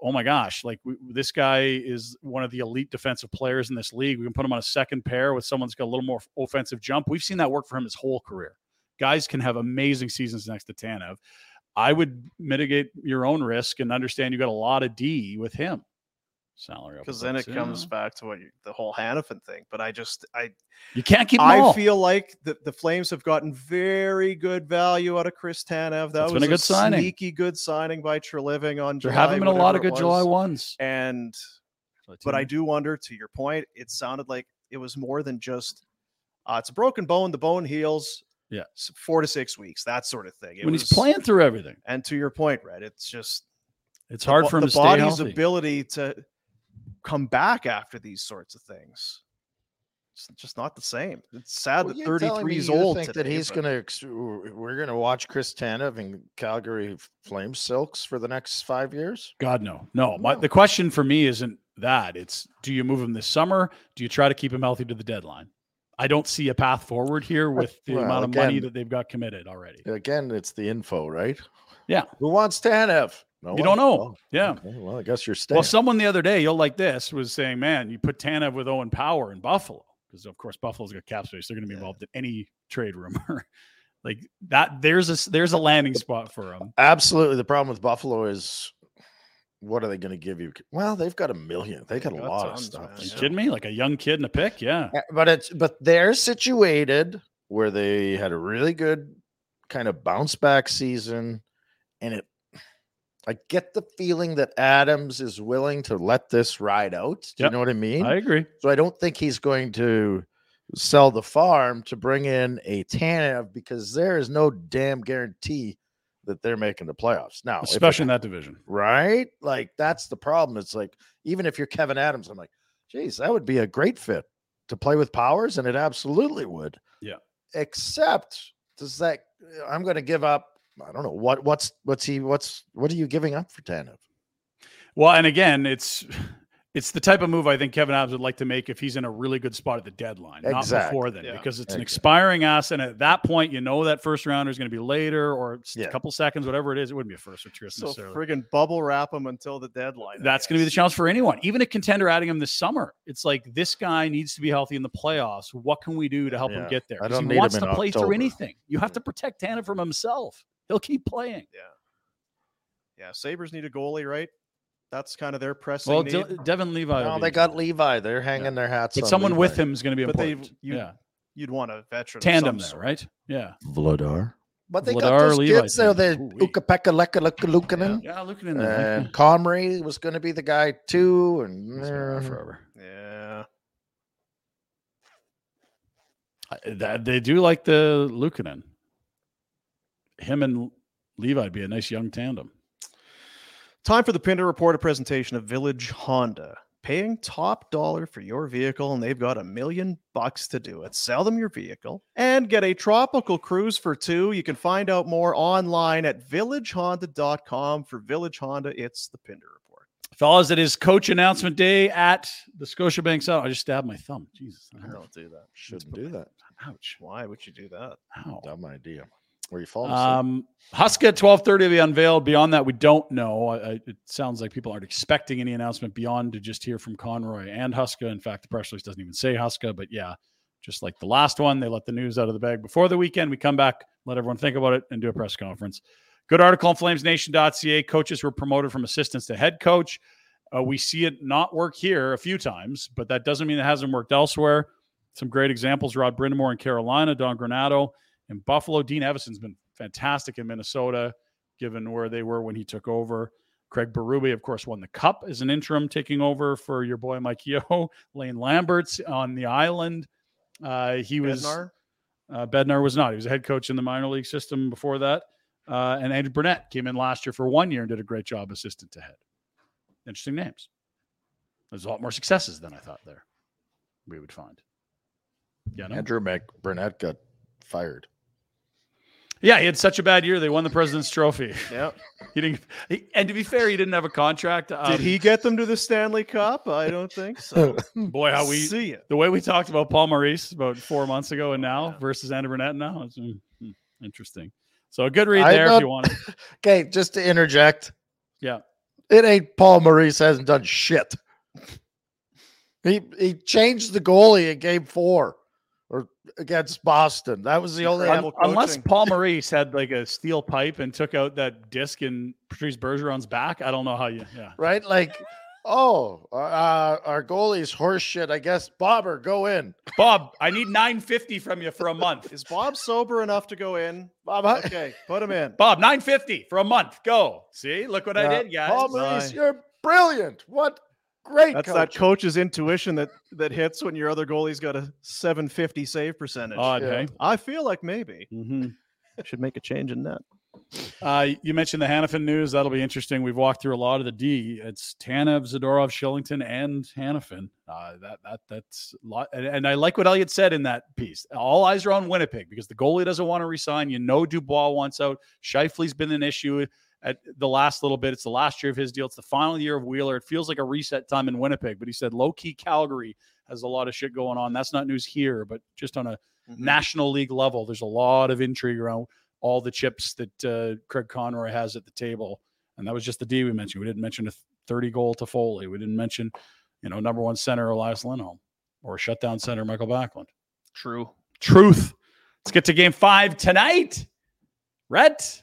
Speaker 2: "Oh my gosh, like we, this guy is one of the elite defensive players in this league. We can put him on a second pair with someone that's got a little more f- offensive jump." We've seen that work for him his whole career. Guys can have amazing seasons next to Tanev. I would mitigate your own risk and understand you got a lot of D with him. Salary up a
Speaker 1: because then
Speaker 2: bit
Speaker 1: it comes
Speaker 2: too.
Speaker 1: back to what you, the whole Hannafin thing. But I just I
Speaker 2: You can't keep. Them
Speaker 1: I
Speaker 2: all.
Speaker 1: feel like the, the Flames have gotten very good value out of Chris Tanev. That
Speaker 2: That's
Speaker 1: was
Speaker 2: been a good signing.
Speaker 1: sneaky good signing by Treliving on.
Speaker 2: there
Speaker 1: July,
Speaker 2: haven't been a lot of
Speaker 1: whatever it
Speaker 2: good July
Speaker 1: was.
Speaker 2: ones.
Speaker 1: And but I do wonder, to your point, it sounded like it was more than just uh, it's a broken bone, the bone heals.
Speaker 2: Yeah.
Speaker 1: s- four to six weeks, that sort of thing. It
Speaker 2: when
Speaker 1: was-
Speaker 2: he's playing through everything,
Speaker 1: and to your point, Red, it's just
Speaker 2: it's
Speaker 1: the
Speaker 2: hard
Speaker 1: bo-
Speaker 2: for him
Speaker 1: the
Speaker 2: to stay
Speaker 1: body's
Speaker 2: healthy.
Speaker 1: ability to come back after these sorts of things. It's just not the same. It's sad
Speaker 3: Well,
Speaker 1: that
Speaker 3: you're telling
Speaker 1: 33
Speaker 3: me
Speaker 1: is
Speaker 3: you
Speaker 1: old.
Speaker 3: Think
Speaker 1: today,
Speaker 3: that he's
Speaker 1: but-
Speaker 3: going to. We're going to watch Chris Tanev and Calgary Flame Silks for the next five years.
Speaker 2: God no, no. My, the question for me isn't that. It's do you move him this summer? Do you try to keep him healthy to the deadline? I don't see a path forward here with the
Speaker 3: well,
Speaker 2: amount of money
Speaker 3: again-
Speaker 2: that they've got committed already.
Speaker 3: Again, it's the info, right?
Speaker 2: Yeah.
Speaker 3: Who wants Tanev? No
Speaker 2: You don't know.
Speaker 3: Oh,
Speaker 2: Yeah.
Speaker 3: okay, Well, I guess you're staying.
Speaker 2: Well, someone the other day, you'll like this, was saying, "Man, you put Tanev with Owen Power in Buffalo because, of course, Buffalo's got cap space. They're going to be involved in any trade rumor." <laughs> like that, there's a s- there's a landing spot for him.
Speaker 3: Absolutely. The problem with Buffalo is, what are they going to give you? Well, they've got a million. They got a
Speaker 1: got
Speaker 3: lot
Speaker 1: tons,
Speaker 3: of
Speaker 1: man,
Speaker 2: You
Speaker 3: stuff.
Speaker 1: yeah.
Speaker 2: kidding me? Like a young kid in a pick? Yeah.
Speaker 3: Uh, But it's but they're situated where they had a really good kind of bounce back season, and it. I get the feeling that Adams is willing to let this ride out. Do
Speaker 2: Yep.
Speaker 3: you know what I mean?
Speaker 2: I agree.
Speaker 3: so I don't think he's going to sell the farm to bring in a Tanev because there is no damn guarantee that they're making the playoffs now. if it-
Speaker 2: Especially in that division.
Speaker 3: right? Like that's the problem. It's like even if you're Kevin Adams, I'm like, geez, that would be a great fit to play with Powers, and it absolutely would.
Speaker 2: Yeah.
Speaker 3: Except does that I'm going to give up I don't know what what's what's he what's what are you giving up for Tanev?
Speaker 2: Well, and again, it's it's the type of move I think Kevin Hobbs would like to make if he's in a really good spot at the deadline, not
Speaker 3: Exactly.
Speaker 2: before then,
Speaker 1: Yeah.
Speaker 2: because it's
Speaker 3: Exactly.
Speaker 2: an expiring ass, and at that point, you know that first rounder is going to be later or it's
Speaker 3: Yeah.
Speaker 2: a couple seconds, whatever it is. It wouldn't be a first or two
Speaker 1: So
Speaker 2: necessarily.
Speaker 1: friggin' bubble wrap him until the deadline. I
Speaker 2: That's going to be the
Speaker 1: guess.
Speaker 2: challenge for anyone, even a contender adding him this summer. It's like this guy needs to be healthy in the playoffs. What can we do to help
Speaker 3: Yeah.
Speaker 2: him get there?
Speaker 3: I
Speaker 2: Because
Speaker 3: don't
Speaker 2: he
Speaker 3: need
Speaker 2: wants
Speaker 3: him
Speaker 2: to
Speaker 3: in
Speaker 2: play through
Speaker 3: October.
Speaker 2: anything. You have to protect Tanner from himself. He'll keep playing.
Speaker 1: Yeah, Sabres need a goalie, right? That's kind of their pressing
Speaker 2: Well,
Speaker 1: need.
Speaker 2: De- Devin Levi. will
Speaker 3: No,
Speaker 2: be
Speaker 3: they got Levi. They're hanging their hats.
Speaker 2: But
Speaker 3: on
Speaker 2: someone with
Speaker 3: Levi.
Speaker 2: him is going to be
Speaker 1: But they-
Speaker 2: important.
Speaker 1: you-
Speaker 2: yeah,
Speaker 1: You'd want a veteran. of some
Speaker 2: tandem there,
Speaker 1: sort.
Speaker 2: right? Yeah,
Speaker 3: Vladar. But they
Speaker 2: Vladar,
Speaker 3: got those
Speaker 2: Levi
Speaker 3: kids there. They
Speaker 2: tandem. Ooh-wee.
Speaker 3: Ukapeka Leka Leka Lukanen.
Speaker 2: yeah. Looking in there. <laughs>
Speaker 3: And Comrie was going to be the guy too, and mm.
Speaker 2: forever.
Speaker 1: Yeah.
Speaker 2: they do like the Lukanen. Him and Levi would be a nice young tandem.
Speaker 1: Time for the Pin to report a presentation of Village Honda. Paying top dollar for your vehicle, and they've got a million bucks to do it. Sell them your vehicle and get a tropical cruise for two. You can find out more online at villagehonda.com. For Village Honda, it's the Pinder Report.
Speaker 2: Fellas, it is coach announcement day at the Scotiabank Center. I just stabbed my thumb. Jesus. that hurt.
Speaker 1: Don't do that.
Speaker 3: shouldn't do that.
Speaker 2: Ouch.
Speaker 1: Why would you do that?
Speaker 2: Ow.
Speaker 3: Dumb idea. Where you fall asleep.
Speaker 2: Um, Huska at 1230 will be unveiled. Beyond that, we don't know. I, I, it sounds like people aren't expecting any announcement beyond to just hear from Conroy and Huska. In fact, the press release doesn't even say Huska, but yeah, just like the last one, they let the news out of the bag before the weekend. We come back, let everyone think about it, and do a press conference. Good article on flamesnation.ca. Coaches were promoted from assistants to head coach. Uh, we see it not work here a few times, but that doesn't mean it hasn't worked elsewhere. Some great examples Rod Brindamore in Carolina, Don Granado in Buffalo. Dean Evison's been fantastic in Minnesota, given where they were when he took over. Craig Berube, of course, won the cup as an interim, taking over for your boy Mike Yo. <laughs> Lane Lambert's on the island. Uh, he was
Speaker 1: Bednar?
Speaker 2: uh, Bednar was not. He was a head coach in the minor league system before that. Uh, and Andrew Burnett came in last year for one year and did a great job assistant to head. Interesting names. There's a lot more successes than I thought there. We would find. Yeah, no?
Speaker 3: Andrew Mac Burnett got fired.
Speaker 2: yeah, he had such a bad year. They won the President's Trophy.
Speaker 1: Yeah.
Speaker 2: <laughs> He didn't. He, and to be fair, he didn't have a contract. Um,
Speaker 1: Did he get them to the Stanley Cup? I don't think so.
Speaker 2: Boy, how we
Speaker 1: see it.
Speaker 2: the way we talked about Paul Maurice about four months ago and now versus Andy Burnett now. It's, mm, mm, interesting. So a good read
Speaker 3: I
Speaker 2: there if
Speaker 3: thought-
Speaker 2: you want. it.
Speaker 3: <laughs> Okay, just to interject.
Speaker 2: Yeah.
Speaker 3: It ain't Paul Maurice hasn't done shit. He he changed the goalie in game four or against Boston. That was the only
Speaker 1: Incredible. Double
Speaker 2: Unless
Speaker 1: coaching.
Speaker 2: Paul Maurice had like a steel pipe and took out that disc in Patrice Bergeron's back, I don't know how you. Yeah.
Speaker 3: right? Like, oh, uh, our goalie's horse shit. I guess Bobber, go in.
Speaker 2: Bob, I need nine fifty from you for a month.
Speaker 1: Is Bob sober enough to go in?
Speaker 3: Bob,
Speaker 1: Okay, put him in.
Speaker 2: Bob, nine fifty for a month. Go. See, look what I
Speaker 3: Uh,
Speaker 2: did, guys.
Speaker 3: Paul Maurice,
Speaker 1: Bye.
Speaker 3: you're brilliant. What great
Speaker 1: That's that
Speaker 3: coach.
Speaker 1: coach's intuition that that hits when your other goalie's got a 750 save percentage.
Speaker 2: Odd,
Speaker 3: Yeah.
Speaker 2: hey?
Speaker 1: I feel like maybe
Speaker 2: Mm-hmm.
Speaker 1: I should make a change in that.
Speaker 2: Uh, you mentioned the Hannafin news. That'll be interesting. We've walked through a lot of the D. It's Tanev, Zadorov, Shillington, and Hannafin. Uh, that that that's a lot. And, and I like what Elliot said in that piece. All eyes are on Winnipeg because the goalie doesn't want to resign. You know, Dubois wants out. Shifley's been an issue at the last little bit. It's the last year of his deal. It's the final year of Wheeler. It feels like a reset time in Winnipeg. But he said low key Calgary has a lot of shit going on. That's not news here, but just on a national league level, there's a lot of intrigue around all the chips that uh, Craig Conroy has at the table. And that was just the D we mentioned. We didn't mention a 30 goal to Foley. We didn't mention, you know, number one center Elias Lindholm or shutdown center Michael Backlund.
Speaker 1: True.
Speaker 2: Truth. Let's get to game five tonight. Rhett,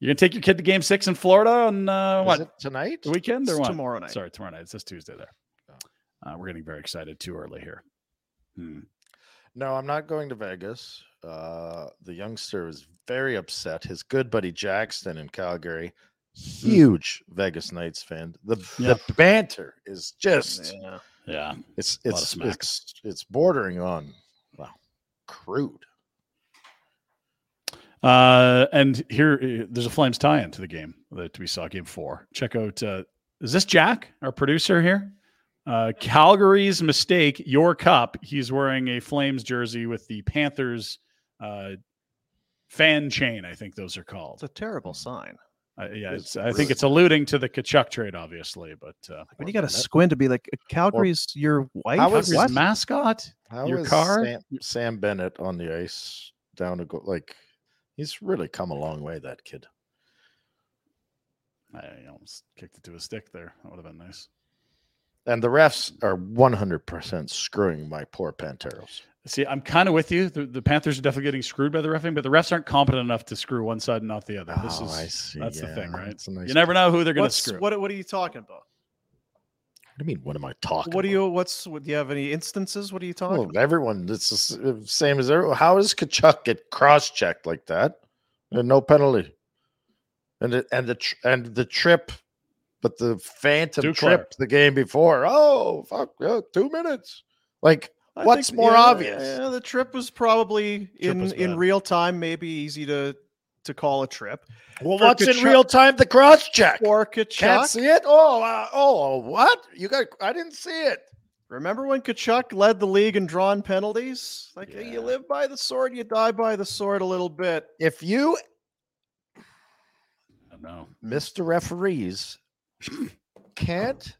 Speaker 2: you're going to take your kid to game six in Florida on uh,
Speaker 3: Is
Speaker 2: what?
Speaker 3: it tonight?
Speaker 2: The weekend or
Speaker 1: It's
Speaker 2: what?
Speaker 1: tomorrow night.
Speaker 2: Sorry, tomorrow night. It's this Tuesday there. Uh, we're getting very excited too early here. Hmm.
Speaker 3: No, I'm not going to Vegas. Uh, the youngster is very upset. His good buddy Jackson in Calgary,
Speaker 2: Hmm.
Speaker 3: huge Vegas Knights fan. The the banter is just
Speaker 1: Yeah.
Speaker 2: Yeah.
Speaker 3: it's
Speaker 2: lot of
Speaker 3: it's
Speaker 2: smack.
Speaker 3: it's it's bordering on wow crude.
Speaker 2: Uh, and here, uh, there's a Flames tie-in to the game that we saw game four. Check out. Uh, is this Jack, our producer here? Uh, Calgary's mistake, your cup. He's wearing a Flames jersey with the Panthers uh, fan chain. I think those are called.
Speaker 1: It's a terrible sign.
Speaker 2: Uh, yeah, it's, I think it's alluding to the Kachuk trade, obviously, but uh,
Speaker 1: When you got to squint to be like "Uh, Calgary's your wife.
Speaker 3: how
Speaker 2: Calgary's
Speaker 3: is- What?
Speaker 2: mascot.
Speaker 3: How
Speaker 2: Your
Speaker 3: is
Speaker 2: car?
Speaker 3: Sam, Sam Bennett on the ice down to go? Like he's really come a long way. That kid.
Speaker 2: I almost kicked it to a stick there. That would have been nice.
Speaker 3: And the refs are 100% screwing my poor Panteros.
Speaker 2: See, I'm kind of with you. The, the Panthers are definitely getting screwed by the refing, but the refs aren't competent enough to screw one side and not the other. This
Speaker 3: Oh,
Speaker 2: is
Speaker 3: I see.
Speaker 2: that's the thing,
Speaker 3: Yeah,
Speaker 2: right?
Speaker 3: that's a nice
Speaker 2: you never know who they're going to
Speaker 1: What's-
Speaker 2: screw.
Speaker 1: what? What are you talking about?
Speaker 3: What do you mean? What am I talking?
Speaker 1: What do
Speaker 3: about?
Speaker 1: you? What's? what- Do you have any instances? What are you talking?
Speaker 3: Well,
Speaker 1: about?
Speaker 3: everyone, it's the s- same as everyone. How does Kachuk get cross-checked like that? And no penalty. And the, and the tr- and the trip, but the phantom
Speaker 2: Duclair.
Speaker 3: trip the game before. Oh fuck! yeah, two minutes. Like
Speaker 1: I
Speaker 3: what's
Speaker 1: think-
Speaker 3: more
Speaker 1: yeah,
Speaker 3: obvious?
Speaker 1: yeah, the trip was probably in
Speaker 2: was
Speaker 1: in
Speaker 2: bad.
Speaker 1: real time, maybe easy to to call a trip.
Speaker 3: Well,
Speaker 1: For
Speaker 3: what's in
Speaker 1: Kachuk-
Speaker 3: real time? The cross-check.
Speaker 1: Or
Speaker 3: Can't
Speaker 1: Kachuk.
Speaker 3: see it. Oh, uh, oh, what? You got? I didn't see it.
Speaker 1: Remember when Kachuk led the league in drawn penalties? Like hey,
Speaker 2: Yeah.
Speaker 1: you live by the sword, you die by the sword a little bit.
Speaker 3: If you
Speaker 2: I don't know.
Speaker 3: Mr. Referees can't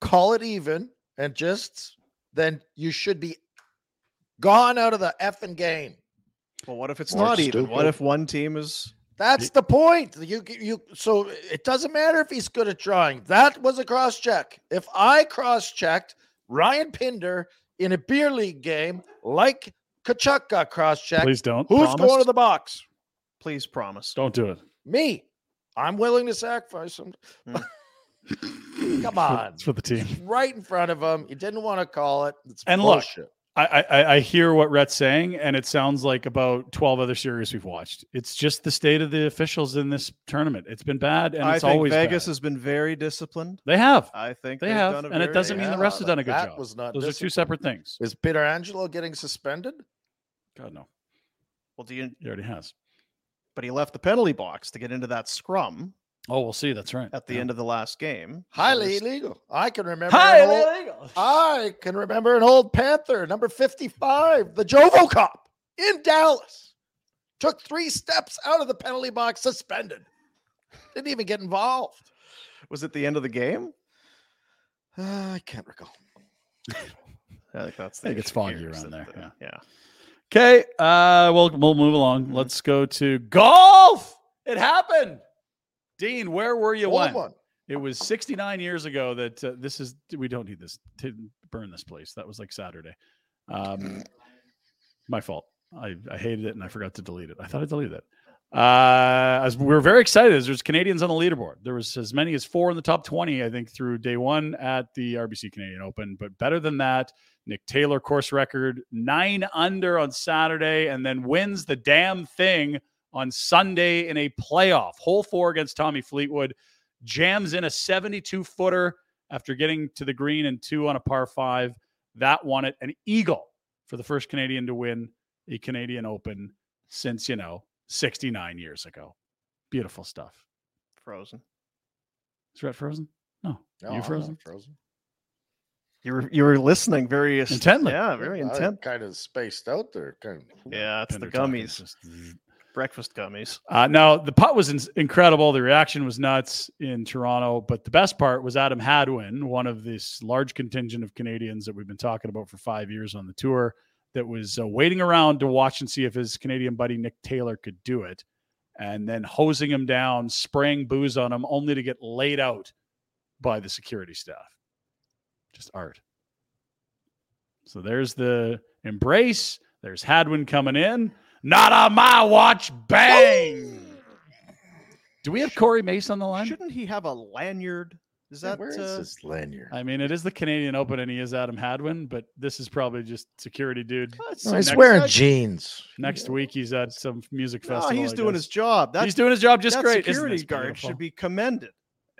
Speaker 3: call it even and just then you should be gone out of the effing game.
Speaker 1: Well, what if it's
Speaker 3: Or
Speaker 1: not even? What
Speaker 3: stupid.
Speaker 1: if one team is?
Speaker 3: That's the point. You you so it doesn't matter if he's good at drawing. That was a cross check. If I cross checked Ryan Pinder in a beer league game, like Kachuk got cross checked,
Speaker 2: Please don't.
Speaker 3: who's going
Speaker 2: Promise?
Speaker 3: to the box?
Speaker 1: Please promise.
Speaker 2: Don't do it.
Speaker 3: Me. I'm willing to sacrifice some.
Speaker 1: Hmm.
Speaker 3: Come on.
Speaker 2: It's for the team. <laughs>
Speaker 3: right in front of him. You didn't want to call it. It's
Speaker 2: And look,
Speaker 3: bullshit.
Speaker 2: I, I I- I hear what Rhett's saying, and it sounds like about twelve other series we've watched. It's just the state of the officials in this tournament. It's been bad, and
Speaker 1: I
Speaker 2: it's
Speaker 1: think
Speaker 2: always
Speaker 1: Vegas
Speaker 2: bad.
Speaker 1: has been very disciplined.
Speaker 2: They have.
Speaker 1: I think
Speaker 2: They
Speaker 1: they've
Speaker 2: have,
Speaker 1: done a
Speaker 2: and it
Speaker 1: very-
Speaker 2: doesn't mean the
Speaker 3: Yeah,
Speaker 2: refs have done a
Speaker 3: but
Speaker 2: good
Speaker 3: that
Speaker 2: job.
Speaker 3: was not
Speaker 2: Those are two
Speaker 3: discipline.
Speaker 2: separate things.
Speaker 3: Is Peter Angelo getting suspended?
Speaker 2: God no,
Speaker 1: Well, do you?
Speaker 2: he already has.
Speaker 1: But he left the penalty box to get into that scrum
Speaker 2: Oh, we'll see. That's right.
Speaker 1: at the end of the last game. So
Speaker 3: Highly
Speaker 1: there's-
Speaker 3: illegal. I can remember.
Speaker 2: Hi,
Speaker 3: an old, I can remember an old Panther, number fifty-five, the Jovo Cop in Dallas, took three steps out of the penalty box, suspended. Didn't even get involved. <sighs>
Speaker 1: Was it the end of the game?
Speaker 3: Uh, I
Speaker 1: <laughs>
Speaker 3: can't recall.
Speaker 1: I think that's.
Speaker 2: I think it's
Speaker 1: issue
Speaker 2: foggy
Speaker 1: here is
Speaker 2: around
Speaker 1: that
Speaker 2: there,
Speaker 1: the- yeah.
Speaker 2: Okay, uh, we'll we'll move along.
Speaker 1: Mm-hmm.
Speaker 2: Let's go to golf. It happened. Dean, where were you
Speaker 3: Hold
Speaker 2: when?
Speaker 3: one.
Speaker 2: It was 69 years ago that uh, this is. We don't need this to burn this place. That was like Saturday. Um, my fault. I, I hated it and I forgot to delete it. I thought I deleted it. Uh, as we were very excited as there's Canadians on the leaderboard. There was as many as four in the top 20, I think, through day one at the RBC Canadian Open. But better than that, Nick Taylor course record nine under on Saturday, and then wins the damn thing on Sunday in a playoff hole four against Tommy Fleetwood. Jams in a 72 footer after getting to the green and two on a par five. That won it. An eagle for the first Canadian to win a Canadian Open since, you know, 69 years ago. Beautiful stuff.
Speaker 1: Frozen.
Speaker 2: Is Rhett frozen? No.
Speaker 3: No, I'm
Speaker 2: you
Speaker 3: not
Speaker 2: frozen?
Speaker 3: Frozen.
Speaker 1: You were you were listening very as-
Speaker 2: Intently.
Speaker 1: Yeah, very intent.
Speaker 3: Kind of spaced out there. Kind of.
Speaker 1: Yeah, it's the
Speaker 2: Pender talking,
Speaker 1: gummies,
Speaker 2: just-
Speaker 1: breakfast gummies.
Speaker 2: Uh, now the putt was in- incredible. The reaction was nuts in Toronto, but the best part was Adam Hadwin, one of this large contingent of Canadians that we've been talking about for five years on the tour, that was uh, waiting around to watch and see if his Canadian buddy Nick Taylor could do it, and then hosing him down, spraying booze on him, only to get laid out by the security staff. Just art. So there's the embrace. There's Hadwin coming in. Not on my watch. Bang. Do we have Corey Mace on the line?
Speaker 1: Shouldn't he have a lanyard? Is
Speaker 3: Yeah,
Speaker 1: that
Speaker 3: where is
Speaker 1: uh,
Speaker 3: this lanyard?
Speaker 2: I mean, it is the Canadian Open, and he is Adam Hadwin, but this is probably just security dude.
Speaker 1: that's
Speaker 3: No,
Speaker 1: some
Speaker 3: he's
Speaker 2: next-
Speaker 3: wearing
Speaker 1: that-
Speaker 3: jeans.
Speaker 2: Next week, he's at some music
Speaker 1: No,
Speaker 2: festival.
Speaker 1: he's
Speaker 2: I
Speaker 1: doing
Speaker 2: guess.
Speaker 1: his job. That's
Speaker 2: he's doing his job just
Speaker 1: that
Speaker 2: great. Isn't
Speaker 1: Security
Speaker 2: this
Speaker 1: guard
Speaker 2: beautiful?
Speaker 1: should be commended.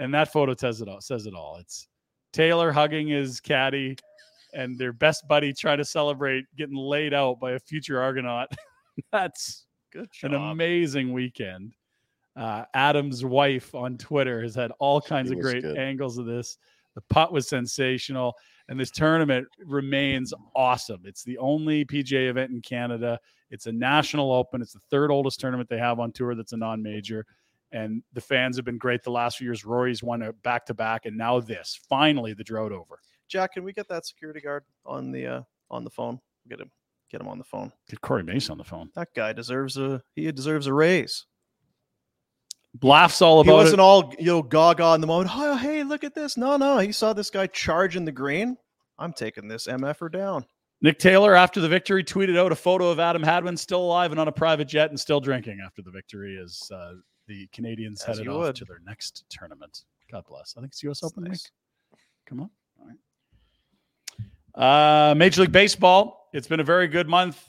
Speaker 2: and that photo says it all. Says it all. It's Taylor hugging his caddy, and their best buddy trying to celebrate getting laid out by a future Argonaut. <laughs> That's
Speaker 1: Good
Speaker 2: an amazing weekend. Uh, Adam's wife on Twitter has had all kinds of
Speaker 3: was
Speaker 2: great
Speaker 3: good.
Speaker 2: angles of this. The putt was sensational, and this tournament remains awesome. It's the only PGA event in Canada. It's a national open. It's the third oldest tournament they have on tour that's a non-major. And the fans have been great the last few years. Rory's won it back to back, and now this. Finally, the drought over.
Speaker 1: Jack, can we get that security guard on the uh, on the phone? Get him, get him on the phone.
Speaker 2: Get Corey Mace on the phone.
Speaker 1: That guy deserves a he deserves a raise.
Speaker 2: Laughs all
Speaker 1: He
Speaker 2: about
Speaker 1: wasn't
Speaker 2: it.
Speaker 1: all you know gaga in the moment. Oh, hey, look at this! No, no, he saw this guy charging the green. I'm taking this mf'er down.
Speaker 2: Nick Taylor, after the victory, tweeted out a photo of Adam Hadwin still alive and on a private jet and still drinking after the victory as uh, the Canadians
Speaker 1: As
Speaker 2: headed
Speaker 1: you
Speaker 2: off
Speaker 1: would.
Speaker 2: to their next tournament. God bless. I think it's U.S. Open.
Speaker 1: nice.
Speaker 2: Nick. Come on. All right. Uh, Major League Baseball. It's been a very good month.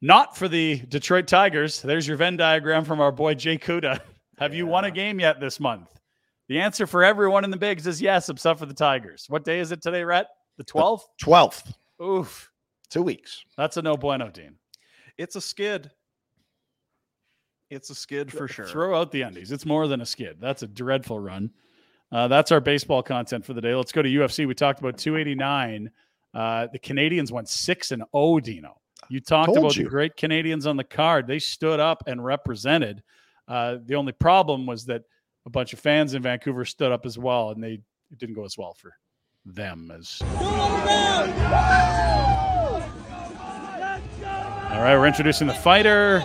Speaker 2: Not for the Detroit Tigers. There's your Venn diagram from our boy Jay Kuda. Have you won a game yet this month? The answer for everyone in the bigs is yes, except for the Tigers. What day is it today, Rhett? The 12th?
Speaker 3: 12th,
Speaker 2: Oof.
Speaker 3: two weeks.
Speaker 2: That's a no bueno, Dean.
Speaker 1: It's a skid. It's a skid for sure.
Speaker 2: Throw out the undies. It's more than a skid. That's a dreadful run. Uh, that's our baseball content for the day. Let's go to UFC. We talked about 289. Uh, the Canadians went 6 and 0, Dino. You talked
Speaker 3: Told
Speaker 2: about
Speaker 3: you.
Speaker 2: the great Canadians on the card. They stood up and represented. Uh, the only problem was that a bunch of fans in Vancouver stood up as well, and they it didn't go as well for them as. All right, we're introducing the fighter.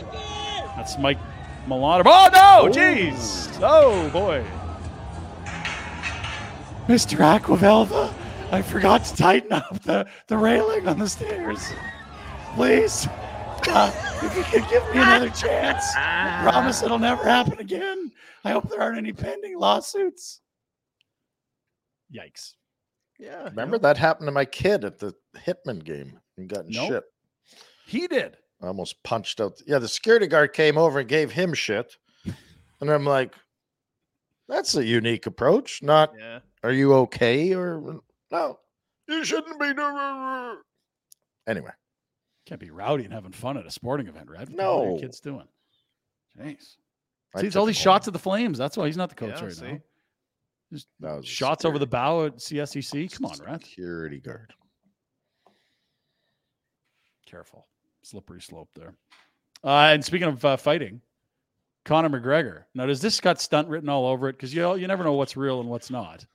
Speaker 2: That's Mike Milano. Oh no! Jeez! Oh boy! Mr. Aquavelva, I forgot to tighten up the, the railing on the stairs. Please, uh, if you could give me another chance, I promise it'll never happen again. I hope there aren't any pending lawsuits. Yikes! <laughs>
Speaker 1: Yeah. you
Speaker 3: Remember
Speaker 1: know,
Speaker 3: that happened to my kid at the Hitman game and got in
Speaker 2: Nope.
Speaker 3: shit.
Speaker 2: He did.
Speaker 3: I almost punched out. Yeah, the security guard came over and gave him
Speaker 2: <laughs>
Speaker 3: shit. And I'm like, that's a unique approach. Not,
Speaker 1: Yeah.
Speaker 3: are you okay? Or, no, you shouldn't be. doing-" Anyway,
Speaker 2: Can't be rowdy and having fun at a sporting event, right? What are
Speaker 3: No.
Speaker 2: your kids doing? Jeez.
Speaker 3: I
Speaker 2: See, it's
Speaker 3: took
Speaker 2: all
Speaker 3: him
Speaker 2: these
Speaker 3: home.
Speaker 2: shots at the Flames. That's why he's not the coach
Speaker 1: Yeah,
Speaker 2: right
Speaker 1: see?
Speaker 2: now. Just
Speaker 3: That was a
Speaker 2: shots over the
Speaker 3: security-
Speaker 2: bow at CSEC. Come on, Rat.
Speaker 3: Security guard.
Speaker 2: Careful. Slippery slope there. Uh, and speaking of uh, fighting, Conor McGregor. Now, does this got stunt written all over it? Because you, you never know what's real and what's not.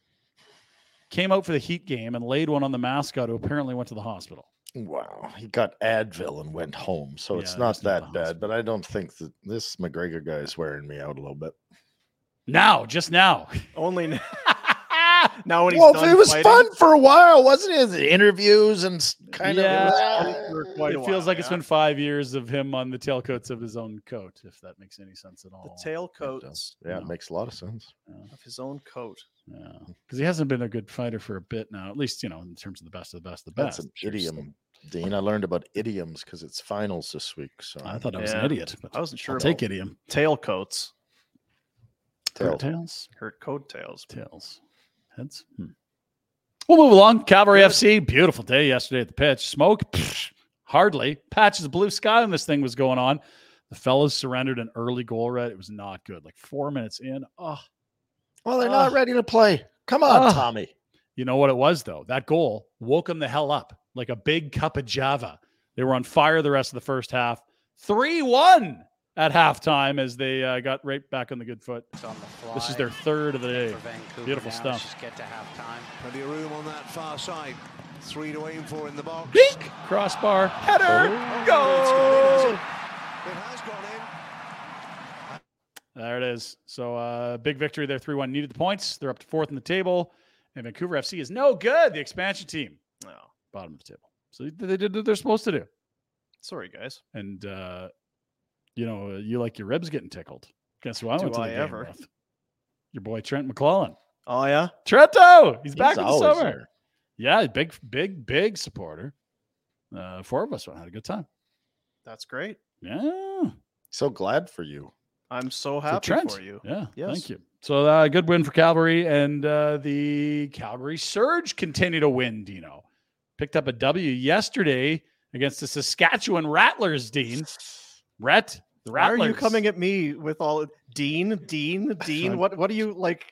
Speaker 2: Came out for the Heat game and laid one on the mascot who apparently went to the hospital.
Speaker 3: Wow, he got Advil and went home, so
Speaker 2: Yeah,
Speaker 3: it's
Speaker 2: he
Speaker 3: not
Speaker 2: was in the
Speaker 3: that bad. But I don't think that this McGregor guy is wearing me out a little bit.
Speaker 2: Now, just now.
Speaker 1: only
Speaker 2: <laughs>
Speaker 1: n- now when he's
Speaker 3: Well,
Speaker 1: done
Speaker 3: it was
Speaker 1: fighting,
Speaker 3: fun for a while, wasn't it? The interviews and s- kind
Speaker 2: Yeah.
Speaker 3: of.
Speaker 1: It's fun for quite a
Speaker 2: it feels
Speaker 1: while,
Speaker 2: like it's
Speaker 1: yeah.
Speaker 2: been five years of him on the tailcoats of his own coat, if that makes any sense at
Speaker 1: The
Speaker 2: all.
Speaker 1: tailcoats
Speaker 3: Yeah, it
Speaker 2: No.
Speaker 3: makes a lot of sense.
Speaker 1: of his own coat.
Speaker 2: Yeah, because he hasn't been a good fighter for a bit now. At least you know, in terms of the best of the best, of the
Speaker 3: That's
Speaker 2: best.
Speaker 3: an
Speaker 2: Sure, so-
Speaker 3: idiom, Dean. I learned about idioms because it's finals this week. So
Speaker 2: I thought I was an
Speaker 1: Yeah.
Speaker 2: idiot. But
Speaker 1: I wasn't sure
Speaker 2: I'll take
Speaker 1: about-
Speaker 2: idiom.
Speaker 1: Tailcoats
Speaker 3: Tail.
Speaker 2: Tails,
Speaker 1: hurt coattails.
Speaker 2: tails, heads. Hmm. We'll move along. Cavalry FC. Beautiful day yesterday at the pitch. Smoke. Psh, hardly patches of blue sky when this thing was going on. The fellas surrendered an early goal. Red. It was not good. Like four minutes in. Oh,
Speaker 3: well, they're
Speaker 2: Ah.
Speaker 3: not ready to play. Come on,
Speaker 2: Ah.
Speaker 3: Tommy.
Speaker 2: You know what it was though? That goal woke them the hell up like a big cup of Java. They were on fire the rest of the first half. Three-one at halftime as they uh, got right back on the good foot. This is their third of the day. Beautiful stuff.
Speaker 6: Plenty of room on that far side. Three to aim for in the box.
Speaker 2: Beak crossbar
Speaker 1: Oh,
Speaker 2: header goal.
Speaker 6: It has gone in.
Speaker 2: There it is. So uh, big victory there. Three-one needed the points. They're up to fourth in the table, and Vancouver FC is no good. The expansion team,
Speaker 1: No,
Speaker 2: bottom of the table. So they did what they're supposed to do.
Speaker 1: sorry guys.
Speaker 2: and uh, you know uh, you like your ribs getting tickled. Guess who I
Speaker 1: Do
Speaker 2: went to the
Speaker 1: I
Speaker 2: game
Speaker 1: ever.
Speaker 2: with? Your boy Trent McClellan.
Speaker 1: Oh yeah,
Speaker 2: Trento, he's back
Speaker 3: He's
Speaker 2: in the
Speaker 3: always
Speaker 2: summer.
Speaker 3: there.
Speaker 2: Yeah, big, big, big supporter. Uh, four of us went had a good time.
Speaker 1: that's great.
Speaker 2: Yeah,
Speaker 3: So glad for you.
Speaker 1: I'm so
Speaker 2: So
Speaker 1: happy
Speaker 2: Trent,
Speaker 1: for you.
Speaker 2: Yeah, thank
Speaker 1: Yes.
Speaker 2: you. So uh, good win for Calgary, and uh, the Calgary Surge continue to win. Dino picked up a W yesterday against the Saskatchewan Rattlers. Dean, Rhett, the
Speaker 1: Why
Speaker 2: Rattlers. <laughs>
Speaker 1: are you coming at me with all Dean, Dean, Dean? What what are you like?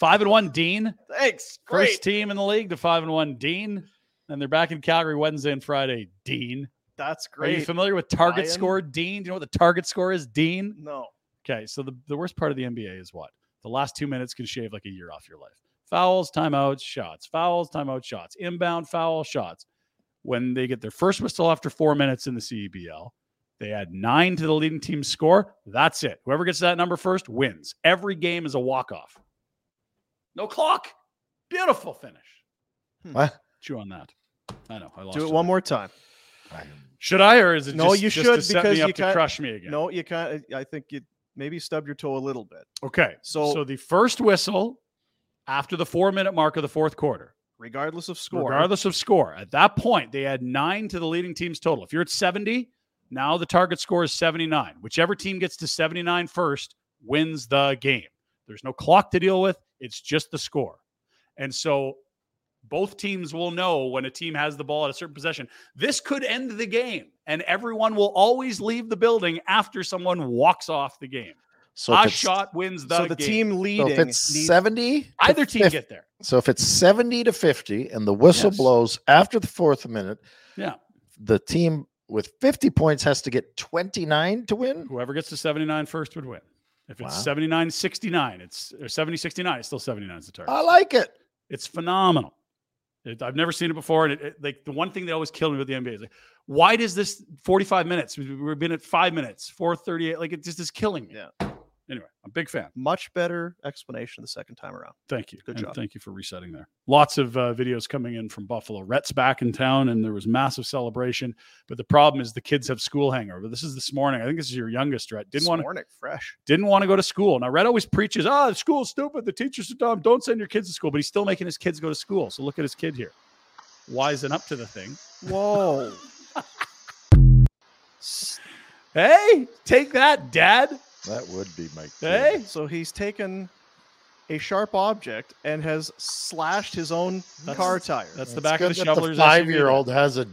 Speaker 2: Five and one, Dean.
Speaker 1: Thanks. Great.
Speaker 2: First team in the league, the five and one, Dean. And they're back in Calgary Wednesday and Friday, Dean.
Speaker 1: That's
Speaker 2: Are you
Speaker 1: great.
Speaker 2: familiar with target
Speaker 1: Ryan.
Speaker 2: score, Dean? Do you know what the target score is, Dean?
Speaker 1: no.
Speaker 2: Okay, so the, the worst part of the NBA is what? The last two minutes can shave like a year off your life. Fouls, timeouts, shots. Fouls, timeout, shots. Inbound, foul, shots. When they get their first whistle after four minutes in the CEBL, they add nine to the leading team's score. That's it. Whoever gets that number first wins. Every game is a walk-off. No clock. Beautiful finish.
Speaker 3: What?
Speaker 2: Chew on that. I know. I lost.
Speaker 1: Hmm. Do it
Speaker 2: you
Speaker 1: one
Speaker 2: there.
Speaker 1: more time.
Speaker 2: Should I, or is it
Speaker 1: No,
Speaker 2: just,
Speaker 1: you
Speaker 2: just
Speaker 1: should,
Speaker 2: to set
Speaker 1: because
Speaker 2: me
Speaker 1: you
Speaker 2: up to
Speaker 1: can't-
Speaker 2: crush me again?
Speaker 1: No, you can't. I think you maybe stubbed your toe a little bit.
Speaker 2: Okay. So,
Speaker 1: So-
Speaker 2: so the first whistle after the four minute mark of the fourth quarter,
Speaker 1: Regardless of score.
Speaker 2: regardless of score, at that point, they add nine to the leading team's total. If you're at 70, now the target score is 79. Whichever team gets to 79 first wins the game. There's no clock to deal with, it's just the score. And so both teams will know when a team has the ball at a certain possession. This could end the game, and everyone will always leave the building after someone walks off the game.
Speaker 3: So if
Speaker 2: A
Speaker 3: it's-
Speaker 2: shot wins the,
Speaker 1: So the
Speaker 2: game.
Speaker 1: team
Speaker 3: so
Speaker 1: leading
Speaker 3: if it's
Speaker 1: needs-
Speaker 3: 70 to
Speaker 2: Either team
Speaker 3: 50
Speaker 2: get there.
Speaker 3: So if it's 70 to 50 and the whistle
Speaker 2: Yes.
Speaker 3: blows after the fourth minute,
Speaker 2: Yeah.
Speaker 3: the team with 50 points has to get 29 to win.
Speaker 2: Whoever gets to 79 first would win. If it's
Speaker 3: Wow.
Speaker 2: 79 69, it's or 70 69, it's still 79 is the target.
Speaker 3: I like it.
Speaker 2: It's phenomenal. It- I've never seen it before. And it, it- like the one thing that always killed me with the NBA is like, why does this 45 minutes? we- We've been at five minutes, 438. Like it just is killing me.
Speaker 1: Yeah.
Speaker 2: Anyway, I'm a big fan.
Speaker 1: much better explanation the second time around.
Speaker 2: Thank you.
Speaker 1: Good
Speaker 2: and
Speaker 1: job.
Speaker 2: Thank you for resetting there. Lots of uh, videos coming in from Buffalo. Rhett's back in town and there was massive celebration. But the problem is the kids have school hangover. This is this morning. I think this is your youngest, Rhett. Didn't want to
Speaker 1: Swornick fresh.
Speaker 2: didn't want to go to school. Now, Red always preaches, ah, the school's stupid. The teachers are dumb. Don't send your kids to school. But he's still making his kids go to school. So look at his kid here. Wising up to the thing.
Speaker 1: Whoa.
Speaker 2: Hey, take that, dad.
Speaker 3: That would be my
Speaker 2: Hey.
Speaker 1: so he's taken a sharp object and has slashed his own
Speaker 2: That's-
Speaker 1: car tire.
Speaker 2: That's the
Speaker 3: It's
Speaker 2: back of
Speaker 3: good
Speaker 2: the
Speaker 3: that
Speaker 2: shoveler's SUV.
Speaker 3: five year old has a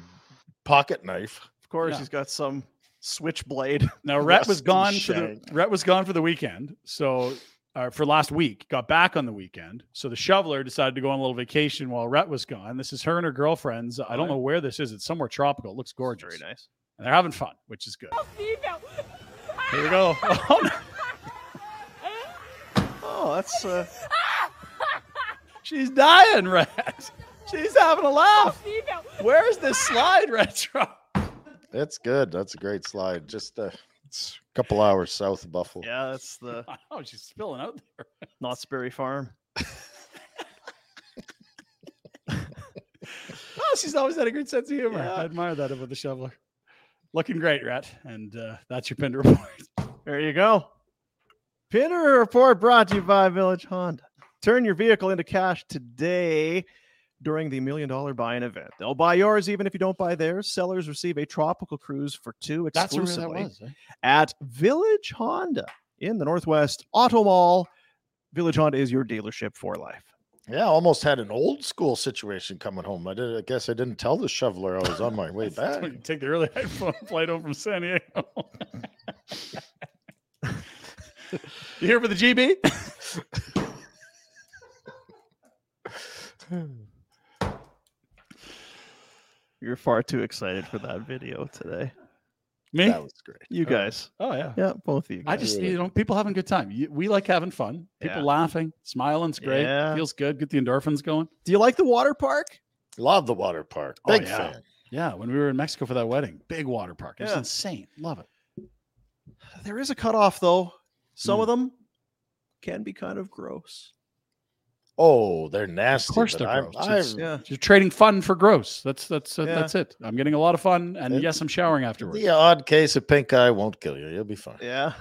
Speaker 3: pocket knife.
Speaker 1: of course,
Speaker 2: yeah.
Speaker 1: he's got some switchblade.
Speaker 2: Now, Rhett
Speaker 1: <laughs>
Speaker 2: was
Speaker 3: Rusty
Speaker 2: gone for the
Speaker 3: Shank.
Speaker 2: Rhett was gone for the weekend. So uh, for last week, got back on the weekend. So the shoveler decided to go on a little vacation while Rhett was gone. This is her and her girlfriend's. I don't know where this is. It's somewhere tropical. It looks gorgeous.
Speaker 1: Very nice.
Speaker 2: And they're having fun, which is good. Here we go. <laughs> Oh, no.
Speaker 1: Oh, that's uh,
Speaker 2: <laughs> She's dying, Red. She's having a laugh. Where's this slide, Retro?
Speaker 3: That's good. That's a great slide. Just uh, a couple hours south of Buffalo.
Speaker 1: yeah,
Speaker 2: <laughs>
Speaker 1: that's the
Speaker 2: Oh, she's spilling out there. <laughs>
Speaker 1: Knott's Berry Farm.
Speaker 2: Oh, she's always had a good sense of humor.
Speaker 1: Yeah.
Speaker 2: I admire that about the shoveler. Looking great, Rat. And uh, that's your pin to report.
Speaker 1: <laughs> There you go. Pinner Report brought to you by Village Honda. Turn your vehicle into cash today during the Million Dollar Buy-In event. They'll buy yours even if you don't buy theirs. Sellers receive a tropical cruise for two exclusively
Speaker 2: eh?
Speaker 1: at Village Honda in the Northwest Auto Mall. Village Honda is your dealership for life.
Speaker 3: Yeah, I almost had an old school situation coming home. I did. I guess I didn't tell the shoveler I was on
Speaker 1: <laughs>
Speaker 3: my way back.
Speaker 2: When you take the early <laughs> iPhone flight home from San Diego. <laughs> you here for the <laughs> GB?
Speaker 1: You're far too excited for that video today.
Speaker 2: Me?
Speaker 3: That was great.
Speaker 1: You guys.
Speaker 2: Oh, yeah.
Speaker 1: Yeah, both of you.
Speaker 2: I
Speaker 1: Guys.
Speaker 2: just, you know, people having a good time. You, we like having fun. People
Speaker 1: Yeah.
Speaker 2: laughing, smiling's great.
Speaker 1: Yeah.
Speaker 2: Feels good. Get the endorphins going.
Speaker 1: Do you like the water park?
Speaker 3: Love the water park.
Speaker 2: Oh,
Speaker 3: Big
Speaker 2: yeah.
Speaker 3: fan.
Speaker 2: Yeah, when we were in Mexico for that wedding, big water park. It was
Speaker 1: Yeah.
Speaker 2: insane. Love it. Hmm.
Speaker 1: There is a cutoff though. Some of them can be kind of gross.
Speaker 3: Oh, they're nasty.
Speaker 2: course
Speaker 3: but
Speaker 2: they're
Speaker 3: I'm-
Speaker 2: gross.
Speaker 3: I'm-
Speaker 2: It's-
Speaker 1: Yeah.
Speaker 2: You're trading fun for gross. That's that's uh,
Speaker 1: Yeah.
Speaker 2: that's it. I'm getting a lot of fun, and
Speaker 3: It-
Speaker 2: yes, I'm showering afterwards.
Speaker 3: The odd case of pink eye won't kill you. You'll be fine.
Speaker 1: Yeah.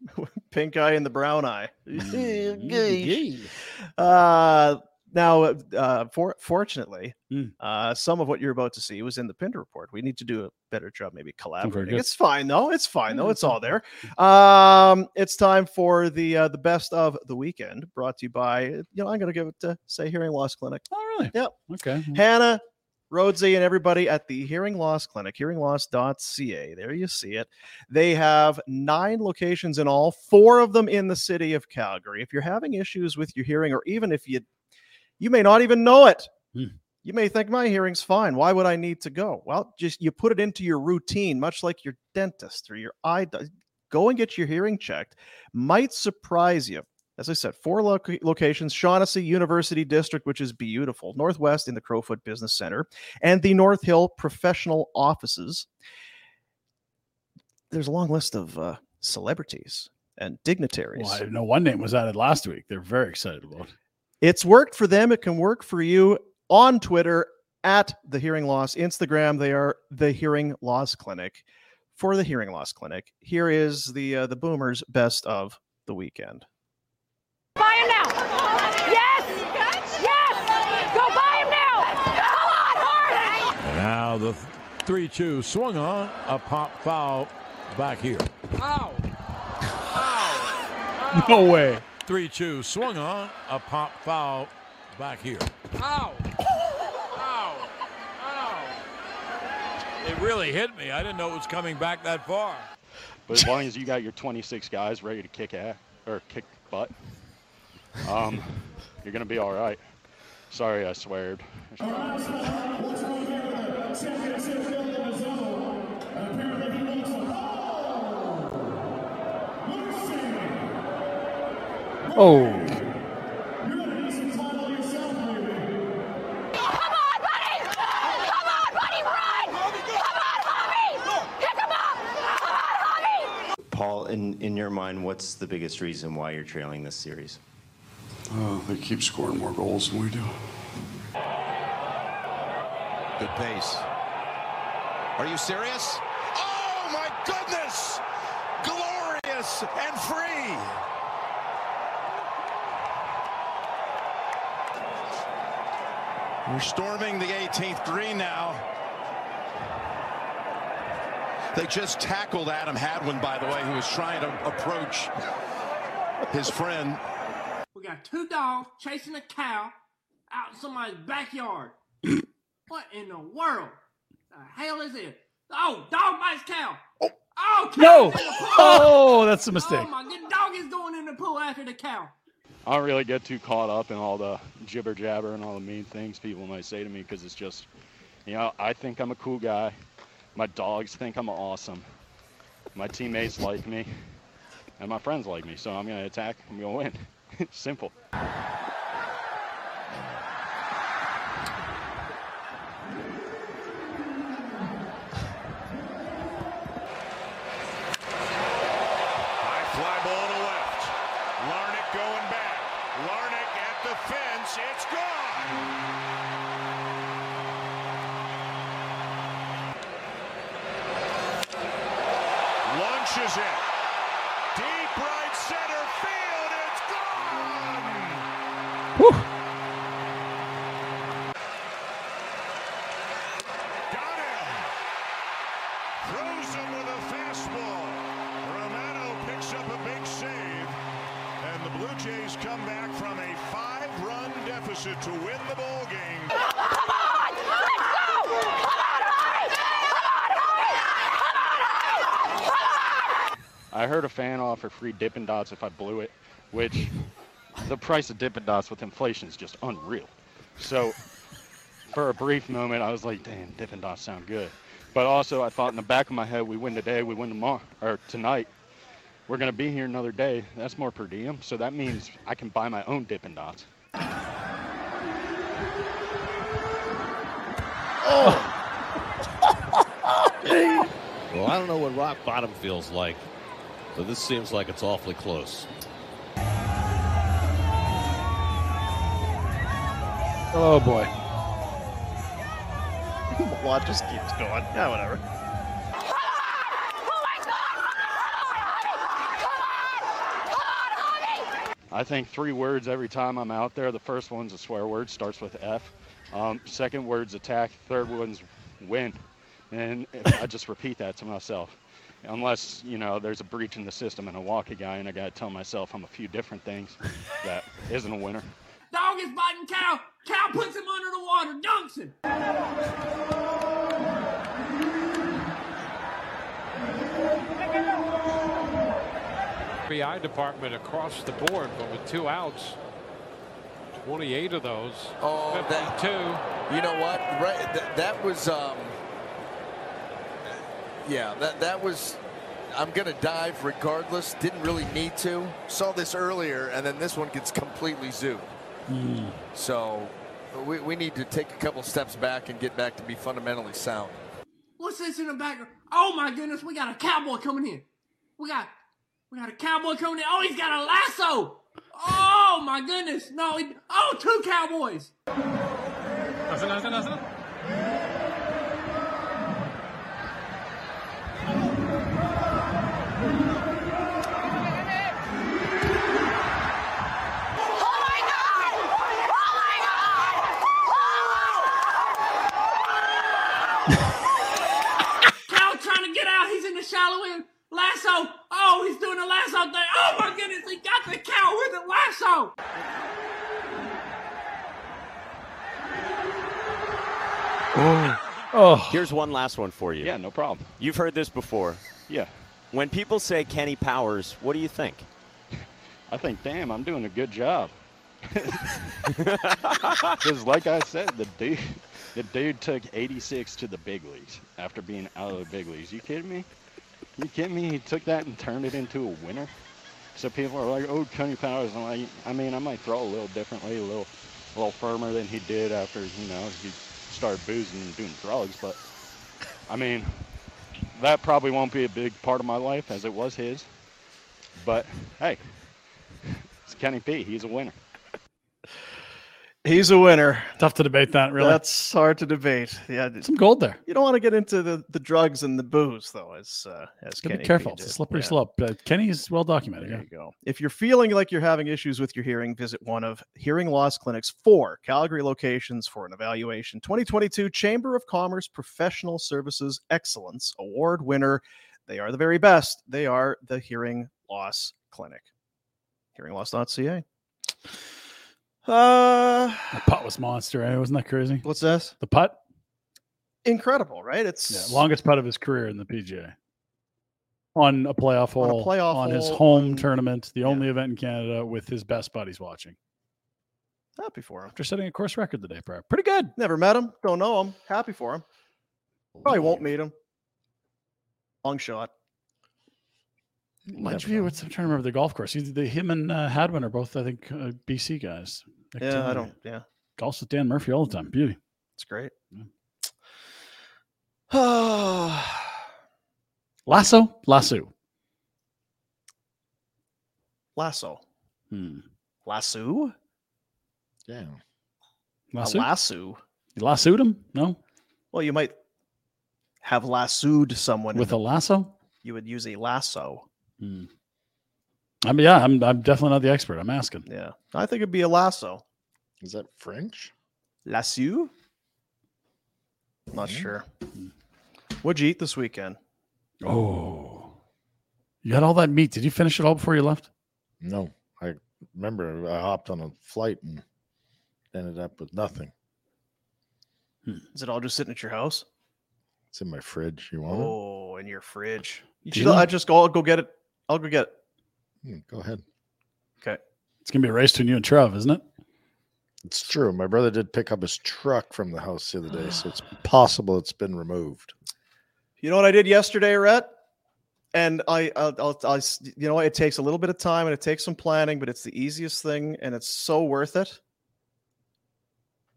Speaker 1: <laughs> Pink eye and the brown eye. <laughs>
Speaker 2: Mm, yeah.
Speaker 1: Uh, now, uh, for, fortunately,
Speaker 2: Mm.
Speaker 1: uh, some of what you're about to see was in the Pinder report. We need to do a better job, maybe collaborating.
Speaker 2: good.
Speaker 1: It's fine though. It's fine though.
Speaker 2: Yeah,
Speaker 1: It's all there. Um, it's time for the uh, the best of the weekend, brought to you by you know I'm going to give it to say hearing loss clinic.
Speaker 2: Oh, really?
Speaker 1: Yep.
Speaker 2: Okay.
Speaker 1: Hannah Rhodesy and everybody at the Hearing Loss Clinic, hearingloss.ca. There you see it. They have nine locations in all, four of them in the city of Calgary. If you're having issues with your hearing, or even if you you may not even know it.
Speaker 2: Hmm.
Speaker 1: You may think my hearing's fine. Why would I need to go? Well, just you put it into your routine, much like your dentist or your eye. do- Go and get your hearing checked. Might surprise you. As I said, four loc- locations Shaughnessy University District, which is beautiful, Northwest in the Crowfoot Business Center, and the North Hill Professional Offices. There's a long list of uh, celebrities and dignitaries.
Speaker 2: Well, I know one name was added last week. They're very excited about. it.
Speaker 1: It's worked for them. It can work for you on Twitter at the Hearing Loss Instagram. They are the Hearing Loss Clinic. For the Hearing Loss Clinic, here is the uh, the Boomers best of the weekend.
Speaker 8: Buy him now. Yes. Yes. Go buy him now. Come on, Harden.
Speaker 9: And now the 3 2 swung on, a pop foul back here.
Speaker 8: Ow.
Speaker 2: No way.
Speaker 9: 3 2 swung on, a pop foul back here.
Speaker 8: Ow.
Speaker 9: Ow! Ow! It really hit me. I didn't know it was coming back that far.
Speaker 10: But as long as you got your 26 guys ready to kick ass or kick butt, um, you're gonna be all right. Sorry, I sweared.
Speaker 2: Oh,
Speaker 8: Come on, buddy. Come on, buddy. Run. Come on, Hobby. Pick him up. Come on, Hobby.
Speaker 11: Paul, in, in your mind, what's the biggest reason why you're trailing this
Speaker 2: <laughs>
Speaker 11: series?
Speaker 12: Uh, they keep scoring more goals than we do.
Speaker 13: Good pace. Are you serious? Oh my goodness! Glorious and free! We're storming the 18th green now. They just tackled Adam Hadwin, by the way, who was trying to approach his friend.
Speaker 14: We got two dogs chasing a cow out in somebody's backyard. what in the world? The hell is it? Oh, dog bites cow. Oh, cow
Speaker 2: No.
Speaker 14: is in the pool.
Speaker 2: <laughs> Oh, that's a mistake.
Speaker 14: Oh my good dog is going in the pool after the cow.
Speaker 10: I don't really get too caught up in all the jibber jabber and all the mean things people might say to me because it's just, you know, I think I'm a cool guy. My dogs think I'm awesome. My teammates like me, and my friends like me. So I'm gonna attack. I'm gonna win. <laughs> Simple.
Speaker 13: High fly ball to left. Larnick going back. Larnick at the fence. It's gone. Launches it. Deep right center field. It's gone. Got him. Throws him with a fastball. Romano picks up a big save. And the Blue Jays come back from a five-run deficit to win the ball game.
Speaker 8: Come on. Let's go. Come on, Hobby. Come on, Hobby. Come on, Hobby. Come on.
Speaker 10: I heard a fan offer free Dippin' Dots if I blew it, which the price of Dippin' Dots with inflation is just unreal. So for a brief moment, I was like, damn, Dippin' Dots sound good. But also, I thought in the back of my head, we win today, we win tomorrow, or tonight. We're going to be here another day. That's more per diem. So that means I can buy my own Dippin' Dots.
Speaker 15: <laughs> Well, I don't know what rock bottom feels like, but this seems like it's awfully close.
Speaker 2: oh boy.
Speaker 1: well, it just keeps going. Yeah, whatever.
Speaker 10: I think three words every time I'm out there. The first one's a swear word, starts with F. Um, second word's attack. Third one's win. And if I just repeat that to myself. Unless, you know, there's a breach in the system and I walk a guy and I got to tell myself I'm a few different things that isn't a winner.
Speaker 14: Dog is biting cow. Cow puts him under the water. Dunks. Thompson.
Speaker 16: FBI department across the board, but with two outs, 28 of those.
Speaker 17: Oh, that
Speaker 16: two.
Speaker 17: You know what? Right, that, that was. Um, yeah, that that was. I'm gonna dive regardless. Didn't really need to. Saw this earlier, and then this one gets completely zoomed. So, we, we need to take a couple steps back and get back to be fundamentally sound.
Speaker 14: What's this in the background? Oh my goodness, we got a cowboy coming in. We got we got a cowboy coming in. Oh, he's got a lasso. Oh my goodness. No, he, oh two cowboys. Cal trying to get out. He's in the shallow end. Lasso. Oh, he's doing the lasso thing. Oh my goodness, he got the cow with the lasso.
Speaker 2: Oh.
Speaker 18: Here's one last one for you.
Speaker 10: Yeah, no problem.
Speaker 18: You've heard this before.
Speaker 10: Yeah.
Speaker 18: When people say Kenny Powers, what do you think?
Speaker 10: I think, damn, I'm doing a good job. <laughs> Because, like I said, the dude, the dude took 86 to the big leagues after being out of the big leagues. You kidding me? You kidding me? He took that and turned it into a winner. So people are like, "Oh, Kenny Powers." I'm like, I mean, I might throw a little differently, a little, a little firmer than he did after you know he started boozing and doing drugs. But I mean, that probably won't be a big part of my life as it was his. But hey, it's Kenny P. He's a winner.
Speaker 1: He's a winner.
Speaker 2: Tough to debate that, really.
Speaker 1: That's hard to debate. Yeah,
Speaker 2: some gold there.
Speaker 1: You don't want to get into the, the drugs and the booze, though. As uh, as Kenny
Speaker 2: Gotta be
Speaker 1: P
Speaker 2: careful.
Speaker 1: did.
Speaker 2: It's a slippery
Speaker 1: Yeah.
Speaker 2: slope. Uh, Kenny's well documented.
Speaker 1: There
Speaker 2: yeah.
Speaker 1: you go. If you're feeling like you're having issues with your hearing, visit one of Hearing Loss Clinic's four Calgary locations for an evaluation. 2022 Chamber of Commerce Professional Services Excellence Award winner. They are the very best. They are the Hearing Loss Clinic. Hearingloss.ca. Uh,
Speaker 2: the putt was monster. Eh? Wasn't that crazy?
Speaker 1: What's this?
Speaker 2: The putt.
Speaker 1: Incredible, right?
Speaker 2: Yeah,
Speaker 1: It's
Speaker 2: longest putt of his career in the PGA. On a playoff hole,
Speaker 1: On a playoff
Speaker 2: on his
Speaker 1: hole,
Speaker 2: home
Speaker 1: on-
Speaker 2: tournament, the only event in Canada with his best buddies watching.
Speaker 1: happy for him.
Speaker 2: After setting a course record the day prior, pretty good.
Speaker 1: Never met him. Don't know him. Happy for him. Probably won't meet him. Long shot.
Speaker 2: Much view. What's I'm trying to remember the golf course. He's- The, him and uh, Hadwin are both, I think, uh, BC guys. Nick
Speaker 1: Yeah, I
Speaker 2: Taylor.
Speaker 1: don't. Yeah,
Speaker 2: Golfs with Dan Murphy all the time.
Speaker 1: <sighs>
Speaker 2: Beauty.
Speaker 1: it's great.
Speaker 2: Lasso, lasso.
Speaker 1: Lasso.
Speaker 2: Hmm.
Speaker 1: Lasso?
Speaker 3: Yeah.
Speaker 2: Lasso.
Speaker 1: A lasso.
Speaker 2: You lassoed him? No.
Speaker 1: Well, you might have lassoed someone in
Speaker 2: With
Speaker 1: the-
Speaker 2: a lasso?
Speaker 1: You would use a lasso.
Speaker 2: Hmm. I mean, yeah, I'm, I'm definitely not the expert. I'm asking.
Speaker 1: Yeah. I think it'd be a lasso.
Speaker 3: Is that French?
Speaker 1: Lasso? Not
Speaker 3: Hmm.
Speaker 1: sure. What'd you eat this weekend?
Speaker 2: Oh. You got all that meat. Did you finish it all before you left?
Speaker 3: No, I remember I hopped on a flight and ended up with nothing.
Speaker 1: Hmm. Is it all just sitting at your house?
Speaker 3: It's in my fridge. You want it?
Speaker 1: Oh, in your fridge. You
Speaker 2: Do
Speaker 1: should,
Speaker 2: you?
Speaker 1: I just go. I'll go get it. I'll go get it.
Speaker 3: Hmm, go ahead.
Speaker 1: Okay.
Speaker 2: It's going to be a race between you and Trev, isn't it?
Speaker 3: It's true. My brother did pick up his truck from the house the other day, so
Speaker 2: <sighs>
Speaker 3: it's possible it's been removed.
Speaker 1: You know what I did yesterday, Rhett? And I, I'll, I'll, I'll, s- you know, what? it takes a little bit of time and it takes some planning, but it's the easiest thing and it's so worth it.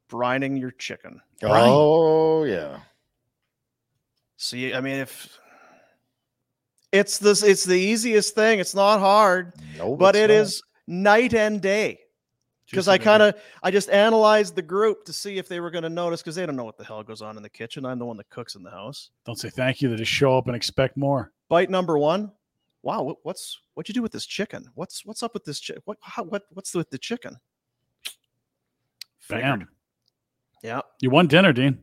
Speaker 1: Brining your chicken.
Speaker 2: Brian.
Speaker 3: Oh yeah.
Speaker 1: See, I mean, if it's this, it's the easiest thing. It's not hard,
Speaker 3: No,
Speaker 1: but
Speaker 3: it's
Speaker 1: it
Speaker 3: not.
Speaker 1: is night and day. Because
Speaker 2: Juicy
Speaker 1: I
Speaker 2: baby.
Speaker 1: kind of, I just analyzed the group to see if they were going to notice. Because they don't know what the hell goes on in the kitchen. I'm the one that cooks in the house.
Speaker 2: Don't say thank you. They just show up and expect more.
Speaker 1: Bite number one. Wow, what, what's what you do with this chicken? What's what's up with this chicken? What how, what what's with the chicken?
Speaker 2: Bam.
Speaker 1: Yeah,
Speaker 2: You won dinner, Dean.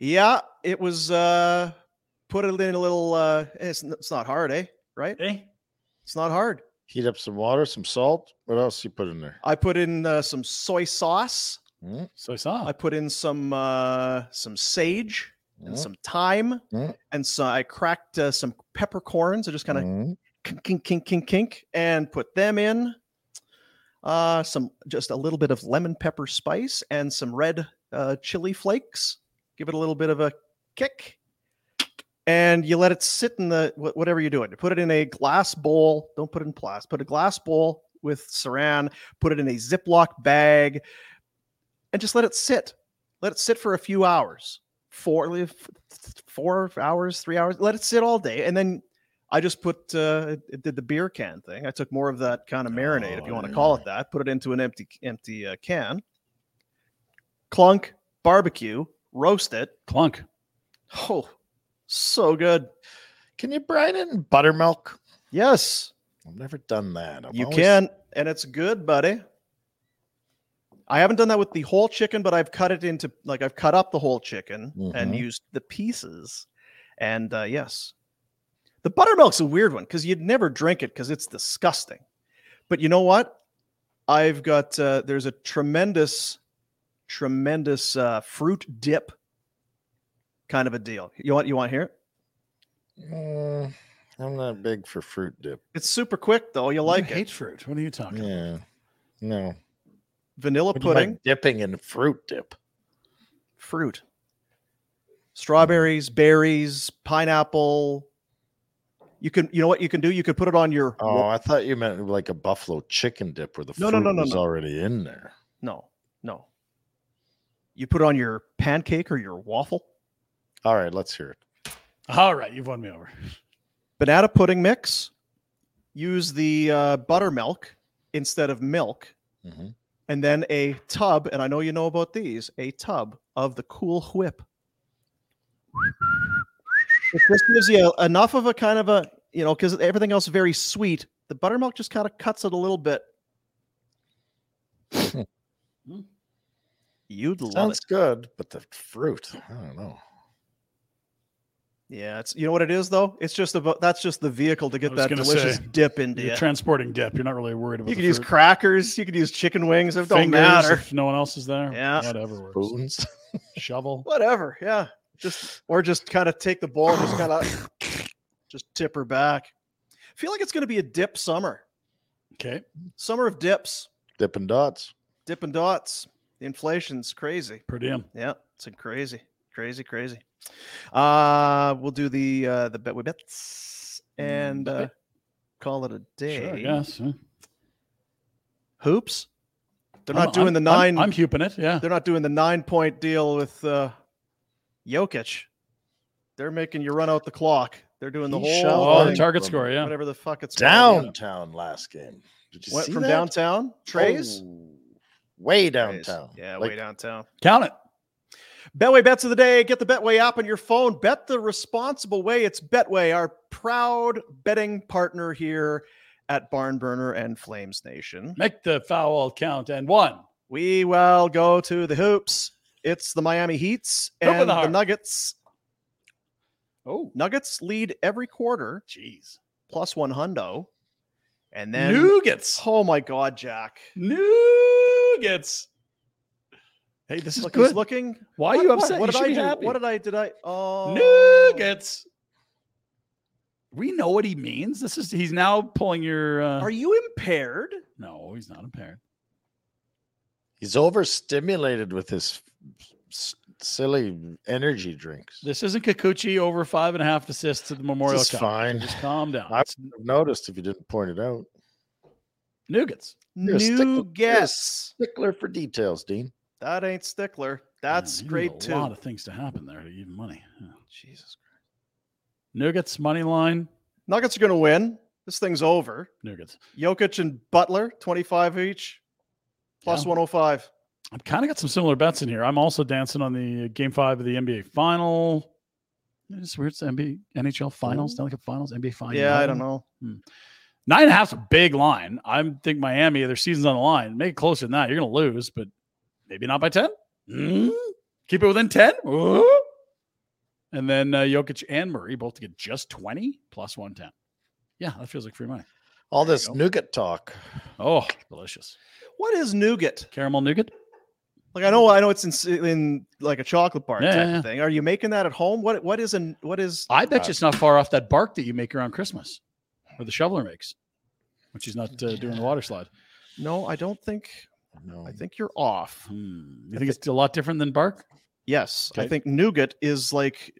Speaker 1: yeah. It was uh put it in a little. uh It's n- it's not hard, eh? Right?
Speaker 2: Eh?
Speaker 1: It's not hard.
Speaker 3: Heat up some water, some salt. What else you put in there?
Speaker 1: I put in uh, some soy sauce,
Speaker 2: So I saw.
Speaker 1: I put in some uh, some sage and some thyme, and so I cracked uh, some peppercorns. I just kind of kink, kink, kink, kink, kink, and put them in. Uh, some just a little bit of lemon pepper spice and some red uh, chili flakes. Give it a little bit of a kick, and you let it sit in the wh- whatever you're doing. You put it in a glass bowl. Don't put it in plastic. Put a glass bowl with Saran. Put it in a Ziploc bag, and just let it sit. Let it sit for a few hours. Four, li- f- four hours, three hours. Let it sit all day, and then I just put uh, it did the beer can thing. I took more of that kind of marinade, if you want to call it that. Put it into an empty empty uh, can. Clunk barbecue, roast it.
Speaker 2: Clunk.
Speaker 1: Oh, so good.
Speaker 3: Can you brine it in buttermilk?
Speaker 1: Yes.
Speaker 3: I've never done that. I've
Speaker 1: you
Speaker 3: always-
Speaker 1: can, and it's good, buddy. I haven't done that with the whole chicken, but I've cut it into like I've cut up the whole chicken and
Speaker 3: Mhm.
Speaker 1: used the pieces. And uh, yes, the buttermilk's a weird one because you'd never drink it because it's disgusting. But you know what? I've got uh, there's a tremendous, tremendous uh, fruit dip kind of a deal. You want you want to hear it?
Speaker 3: Mm, I'm not big for fruit dip.
Speaker 1: It's super quick though. You like it?
Speaker 2: Hate fruit. What are you talking?
Speaker 3: Yeah. No.
Speaker 1: Vanilla
Speaker 3: What am I
Speaker 1: pudding.
Speaker 3: dipping in fruit dip.
Speaker 1: fruit strawberries berries pineapple you can you know what you can do you could put it on your
Speaker 3: Oh, I thought you meant like a buffalo chicken dip where the
Speaker 1: No, no,
Speaker 3: fruit
Speaker 1: no, no,
Speaker 3: was
Speaker 1: no.
Speaker 3: already in there.
Speaker 1: no no you put it on your pancake or your waffle
Speaker 3: All right, let's hear it.
Speaker 2: All right, you've won me over.
Speaker 1: banana pudding mix use the uh, buttermilk instead of milk
Speaker 3: Mhm.
Speaker 1: and then a tub and i know you know about these a tub of the cool whip it just gives you enough of a kind of a you know because everything else is very sweet the buttermilk just kind of cuts it a little bit you'd love
Speaker 3: Sounds
Speaker 1: it
Speaker 3: good, but the fruit, I don't know.
Speaker 1: yeah it's you know what it is though it's just about that's just the vehicle to
Speaker 2: I
Speaker 1: get
Speaker 2: was
Speaker 1: that
Speaker 2: gonna
Speaker 1: delicious
Speaker 2: say,
Speaker 1: dip into
Speaker 2: You're
Speaker 1: you.
Speaker 2: transporting dip. You're not really worried about.
Speaker 1: you
Speaker 2: the
Speaker 1: could use
Speaker 2: fruit.
Speaker 1: crackers you could use chicken wings it don't
Speaker 2: Fingers,
Speaker 1: matter
Speaker 2: If no one else is there.
Speaker 1: Yeah.
Speaker 2: Whatever works.
Speaker 3: Spoons.
Speaker 2: Shovel.
Speaker 1: whatever. Yeah, just or just kind of take the ball, and just kind of
Speaker 2: <coughs>
Speaker 1: just tip her back. feel like it's going to be a dip summer,
Speaker 2: Okay.
Speaker 1: summer of dips,
Speaker 3: Dipping dots.
Speaker 1: dip and dots. The inflation's crazy.
Speaker 2: Per diem.
Speaker 1: Yeah, it's a crazy, crazy, crazy. Uh, we'll do the uh the bet we bets and
Speaker 2: bet
Speaker 1: uh,
Speaker 2: bet.
Speaker 1: call it a day.
Speaker 2: Mm, Sure. Yes.
Speaker 1: Hoops. They're not doing the 9
Speaker 2: I'm, I'm huping it. Yeah.
Speaker 1: They're not doing the nine point deal with uh, Jokic. They're making you run out the clock. They're doing the whole
Speaker 3: He shot
Speaker 2: Oh, the
Speaker 3: Thing
Speaker 2: target
Speaker 3: from
Speaker 2: score. Yeah.
Speaker 1: whatever the fuck it's called, yeah.
Speaker 3: Downtown last game. Did you
Speaker 1: Went
Speaker 3: see
Speaker 1: from
Speaker 3: that?
Speaker 1: downtown. Trays.
Speaker 3: Oh, way
Speaker 1: Trays.
Speaker 3: downtown.
Speaker 1: Yeah,
Speaker 3: Like,
Speaker 1: way downtown.
Speaker 2: Count it.
Speaker 1: Betway bets of the day. Get the Betway app on your phone. Bet the responsible way. It's Betway, our proud betting partner here at Barnburner and Flames Nation.
Speaker 2: Make the foul count and one.
Speaker 1: We will go to the hoops. It's the Miami Heats
Speaker 2: Hoop of
Speaker 1: and
Speaker 2: the
Speaker 1: the
Speaker 2: heart.
Speaker 1: Nuggets.
Speaker 2: Oh,
Speaker 1: Nuggets lead every quarter.
Speaker 2: jeez.
Speaker 1: plus one hundo. And then
Speaker 2: Nuggets.
Speaker 1: oh my god, Jack.
Speaker 2: Nuggets. Hey, <laughs> this is
Speaker 1: Look who's
Speaker 2: good.
Speaker 1: looking.
Speaker 2: Why are
Speaker 1: What-
Speaker 2: you
Speaker 1: what-
Speaker 2: upset?
Speaker 1: What,
Speaker 2: You
Speaker 1: did
Speaker 2: should
Speaker 1: I
Speaker 2: be
Speaker 1: do?
Speaker 2: happy.
Speaker 1: What did I did I oh
Speaker 2: Nuggets. We know what he means. This is he's now pulling your uh
Speaker 1: Are you impaired?
Speaker 2: no, he's not impaired.
Speaker 3: He's overstimulated with his s- silly energy drinks.
Speaker 2: This isn't Kikuchi over five and a half assists to the Memorial
Speaker 3: is
Speaker 2: Cup.
Speaker 3: fine.
Speaker 2: Just calm down.
Speaker 3: I
Speaker 2: It's
Speaker 3: wouldn't have noticed if you didn't point it out.
Speaker 2: Nuggets.
Speaker 3: You're a stickler- you're a
Speaker 1: Nuggets.
Speaker 3: Stickler for details, Dean.
Speaker 1: That ain't Stickler.
Speaker 2: Man,
Speaker 1: That's
Speaker 2: you need
Speaker 1: great
Speaker 2: A lot
Speaker 1: too.
Speaker 2: of things to happen there to even money. Yeah.
Speaker 1: Jesus Christ.
Speaker 2: Nuggets money line.
Speaker 1: Nuggets are gonna win. This thing's over.
Speaker 2: Nuggets.
Speaker 1: Jokic and Butler, 25 each, plus
Speaker 2: Yeah.
Speaker 1: 105.
Speaker 2: I've kind of got some similar bets in here. I'm also dancing on the uh, game five of the NBA final. It's weird. It's NBA, NHL finals, Stanley Cup finals, NBA finals.
Speaker 1: Yeah, I don't know.
Speaker 2: Hmm. Nine and a half's a big line. I think Miami, their season's on the line. Make it closer than that. You're going to lose, but maybe not by 10. Mm, Keep it within 10. Ooh. And then uh, Jokic and Murray both to get just 20 plus 110. Yeah, that feels like free money.
Speaker 3: All
Speaker 2: There you
Speaker 3: this
Speaker 2: go.
Speaker 3: nougat talk.
Speaker 2: Oh, delicious.
Speaker 1: What is nougat?
Speaker 2: Caramel nougat.
Speaker 1: Like I know, I know it's in, s- in like a chocolate bar
Speaker 2: Yeah,
Speaker 1: type
Speaker 2: yeah, yeah.
Speaker 1: of thing. Are you making that at home? What what is an what is?
Speaker 2: I bet you it's not far off that bark that you make around Christmas, or the shoveler makes, when she's not uh, doing the water slide.
Speaker 1: No, I don't think. I think you're off.
Speaker 2: Hmm. You think it's a lot different than bark?
Speaker 1: Yes, I
Speaker 2: Okay.
Speaker 1: think nougat is like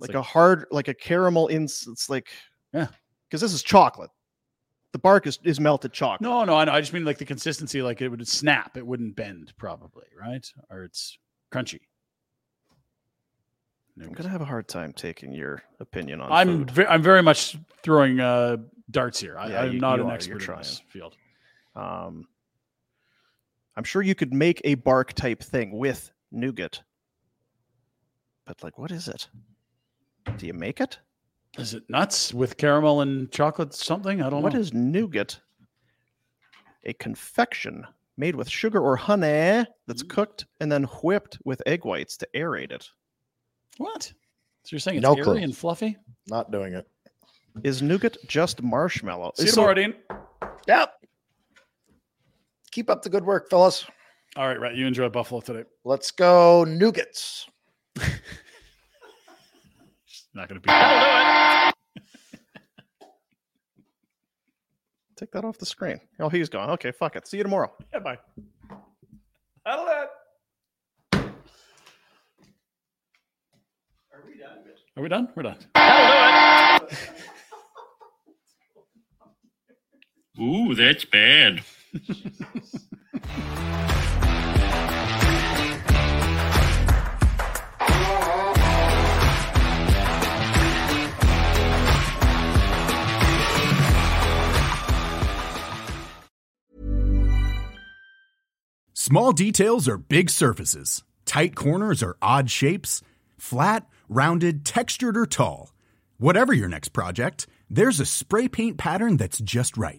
Speaker 1: like, a
Speaker 2: like-
Speaker 1: hard like a caramel ins. It's like
Speaker 2: yeah,
Speaker 1: because this is chocolate. The bark is is melted chocolate.
Speaker 2: No, no, I know. I just mean like the consistency, like it would snap, it wouldn't bend, probably, right? Or it's crunchy.
Speaker 1: I'm gonna have a hard time taking your opinion on.
Speaker 2: I'm
Speaker 1: food.
Speaker 2: ve- I'm very much throwing uh, darts here. I,
Speaker 1: Yeah,
Speaker 2: I'm
Speaker 1: you-
Speaker 2: not
Speaker 1: you
Speaker 2: an
Speaker 1: are,
Speaker 2: expert
Speaker 1: you're
Speaker 2: in
Speaker 1: trying.
Speaker 2: this field.
Speaker 1: Um, I'm sure you could make a bark type thing with nougat, but like, what is it? Do you make it?
Speaker 2: Is it nuts with caramel and chocolate something? I don't
Speaker 1: What
Speaker 2: know.
Speaker 1: is nougat? A confection made with sugar or honey
Speaker 2: Mm.
Speaker 1: that's cooked and then whipped with egg whites to aerate it.
Speaker 2: What? So you're saying it's
Speaker 1: No
Speaker 2: airy
Speaker 1: clue.
Speaker 2: and fluffy?
Speaker 1: Not doing it. Is nougat just marshmallow?
Speaker 2: See you
Speaker 1: So-
Speaker 2: tomorrow, Dean.
Speaker 3: Yep. Keep up the good work, fellas.
Speaker 2: All right, right. You enjoy Buffalo today.
Speaker 3: Let's go nougats.
Speaker 2: Not going to be.
Speaker 1: Take that off the screen. Oh, he's gone. Okay, fuck it. See you tomorrow.
Speaker 2: Yeah, bye.
Speaker 1: That'll it.
Speaker 2: Are we done? We're done.
Speaker 19: Ooh, that's bad.
Speaker 20: Small details are big surfaces. Tight corners are odd shapes. Flat, rounded, textured, or tall. Whatever your next project, there's a spray paint pattern that's just right.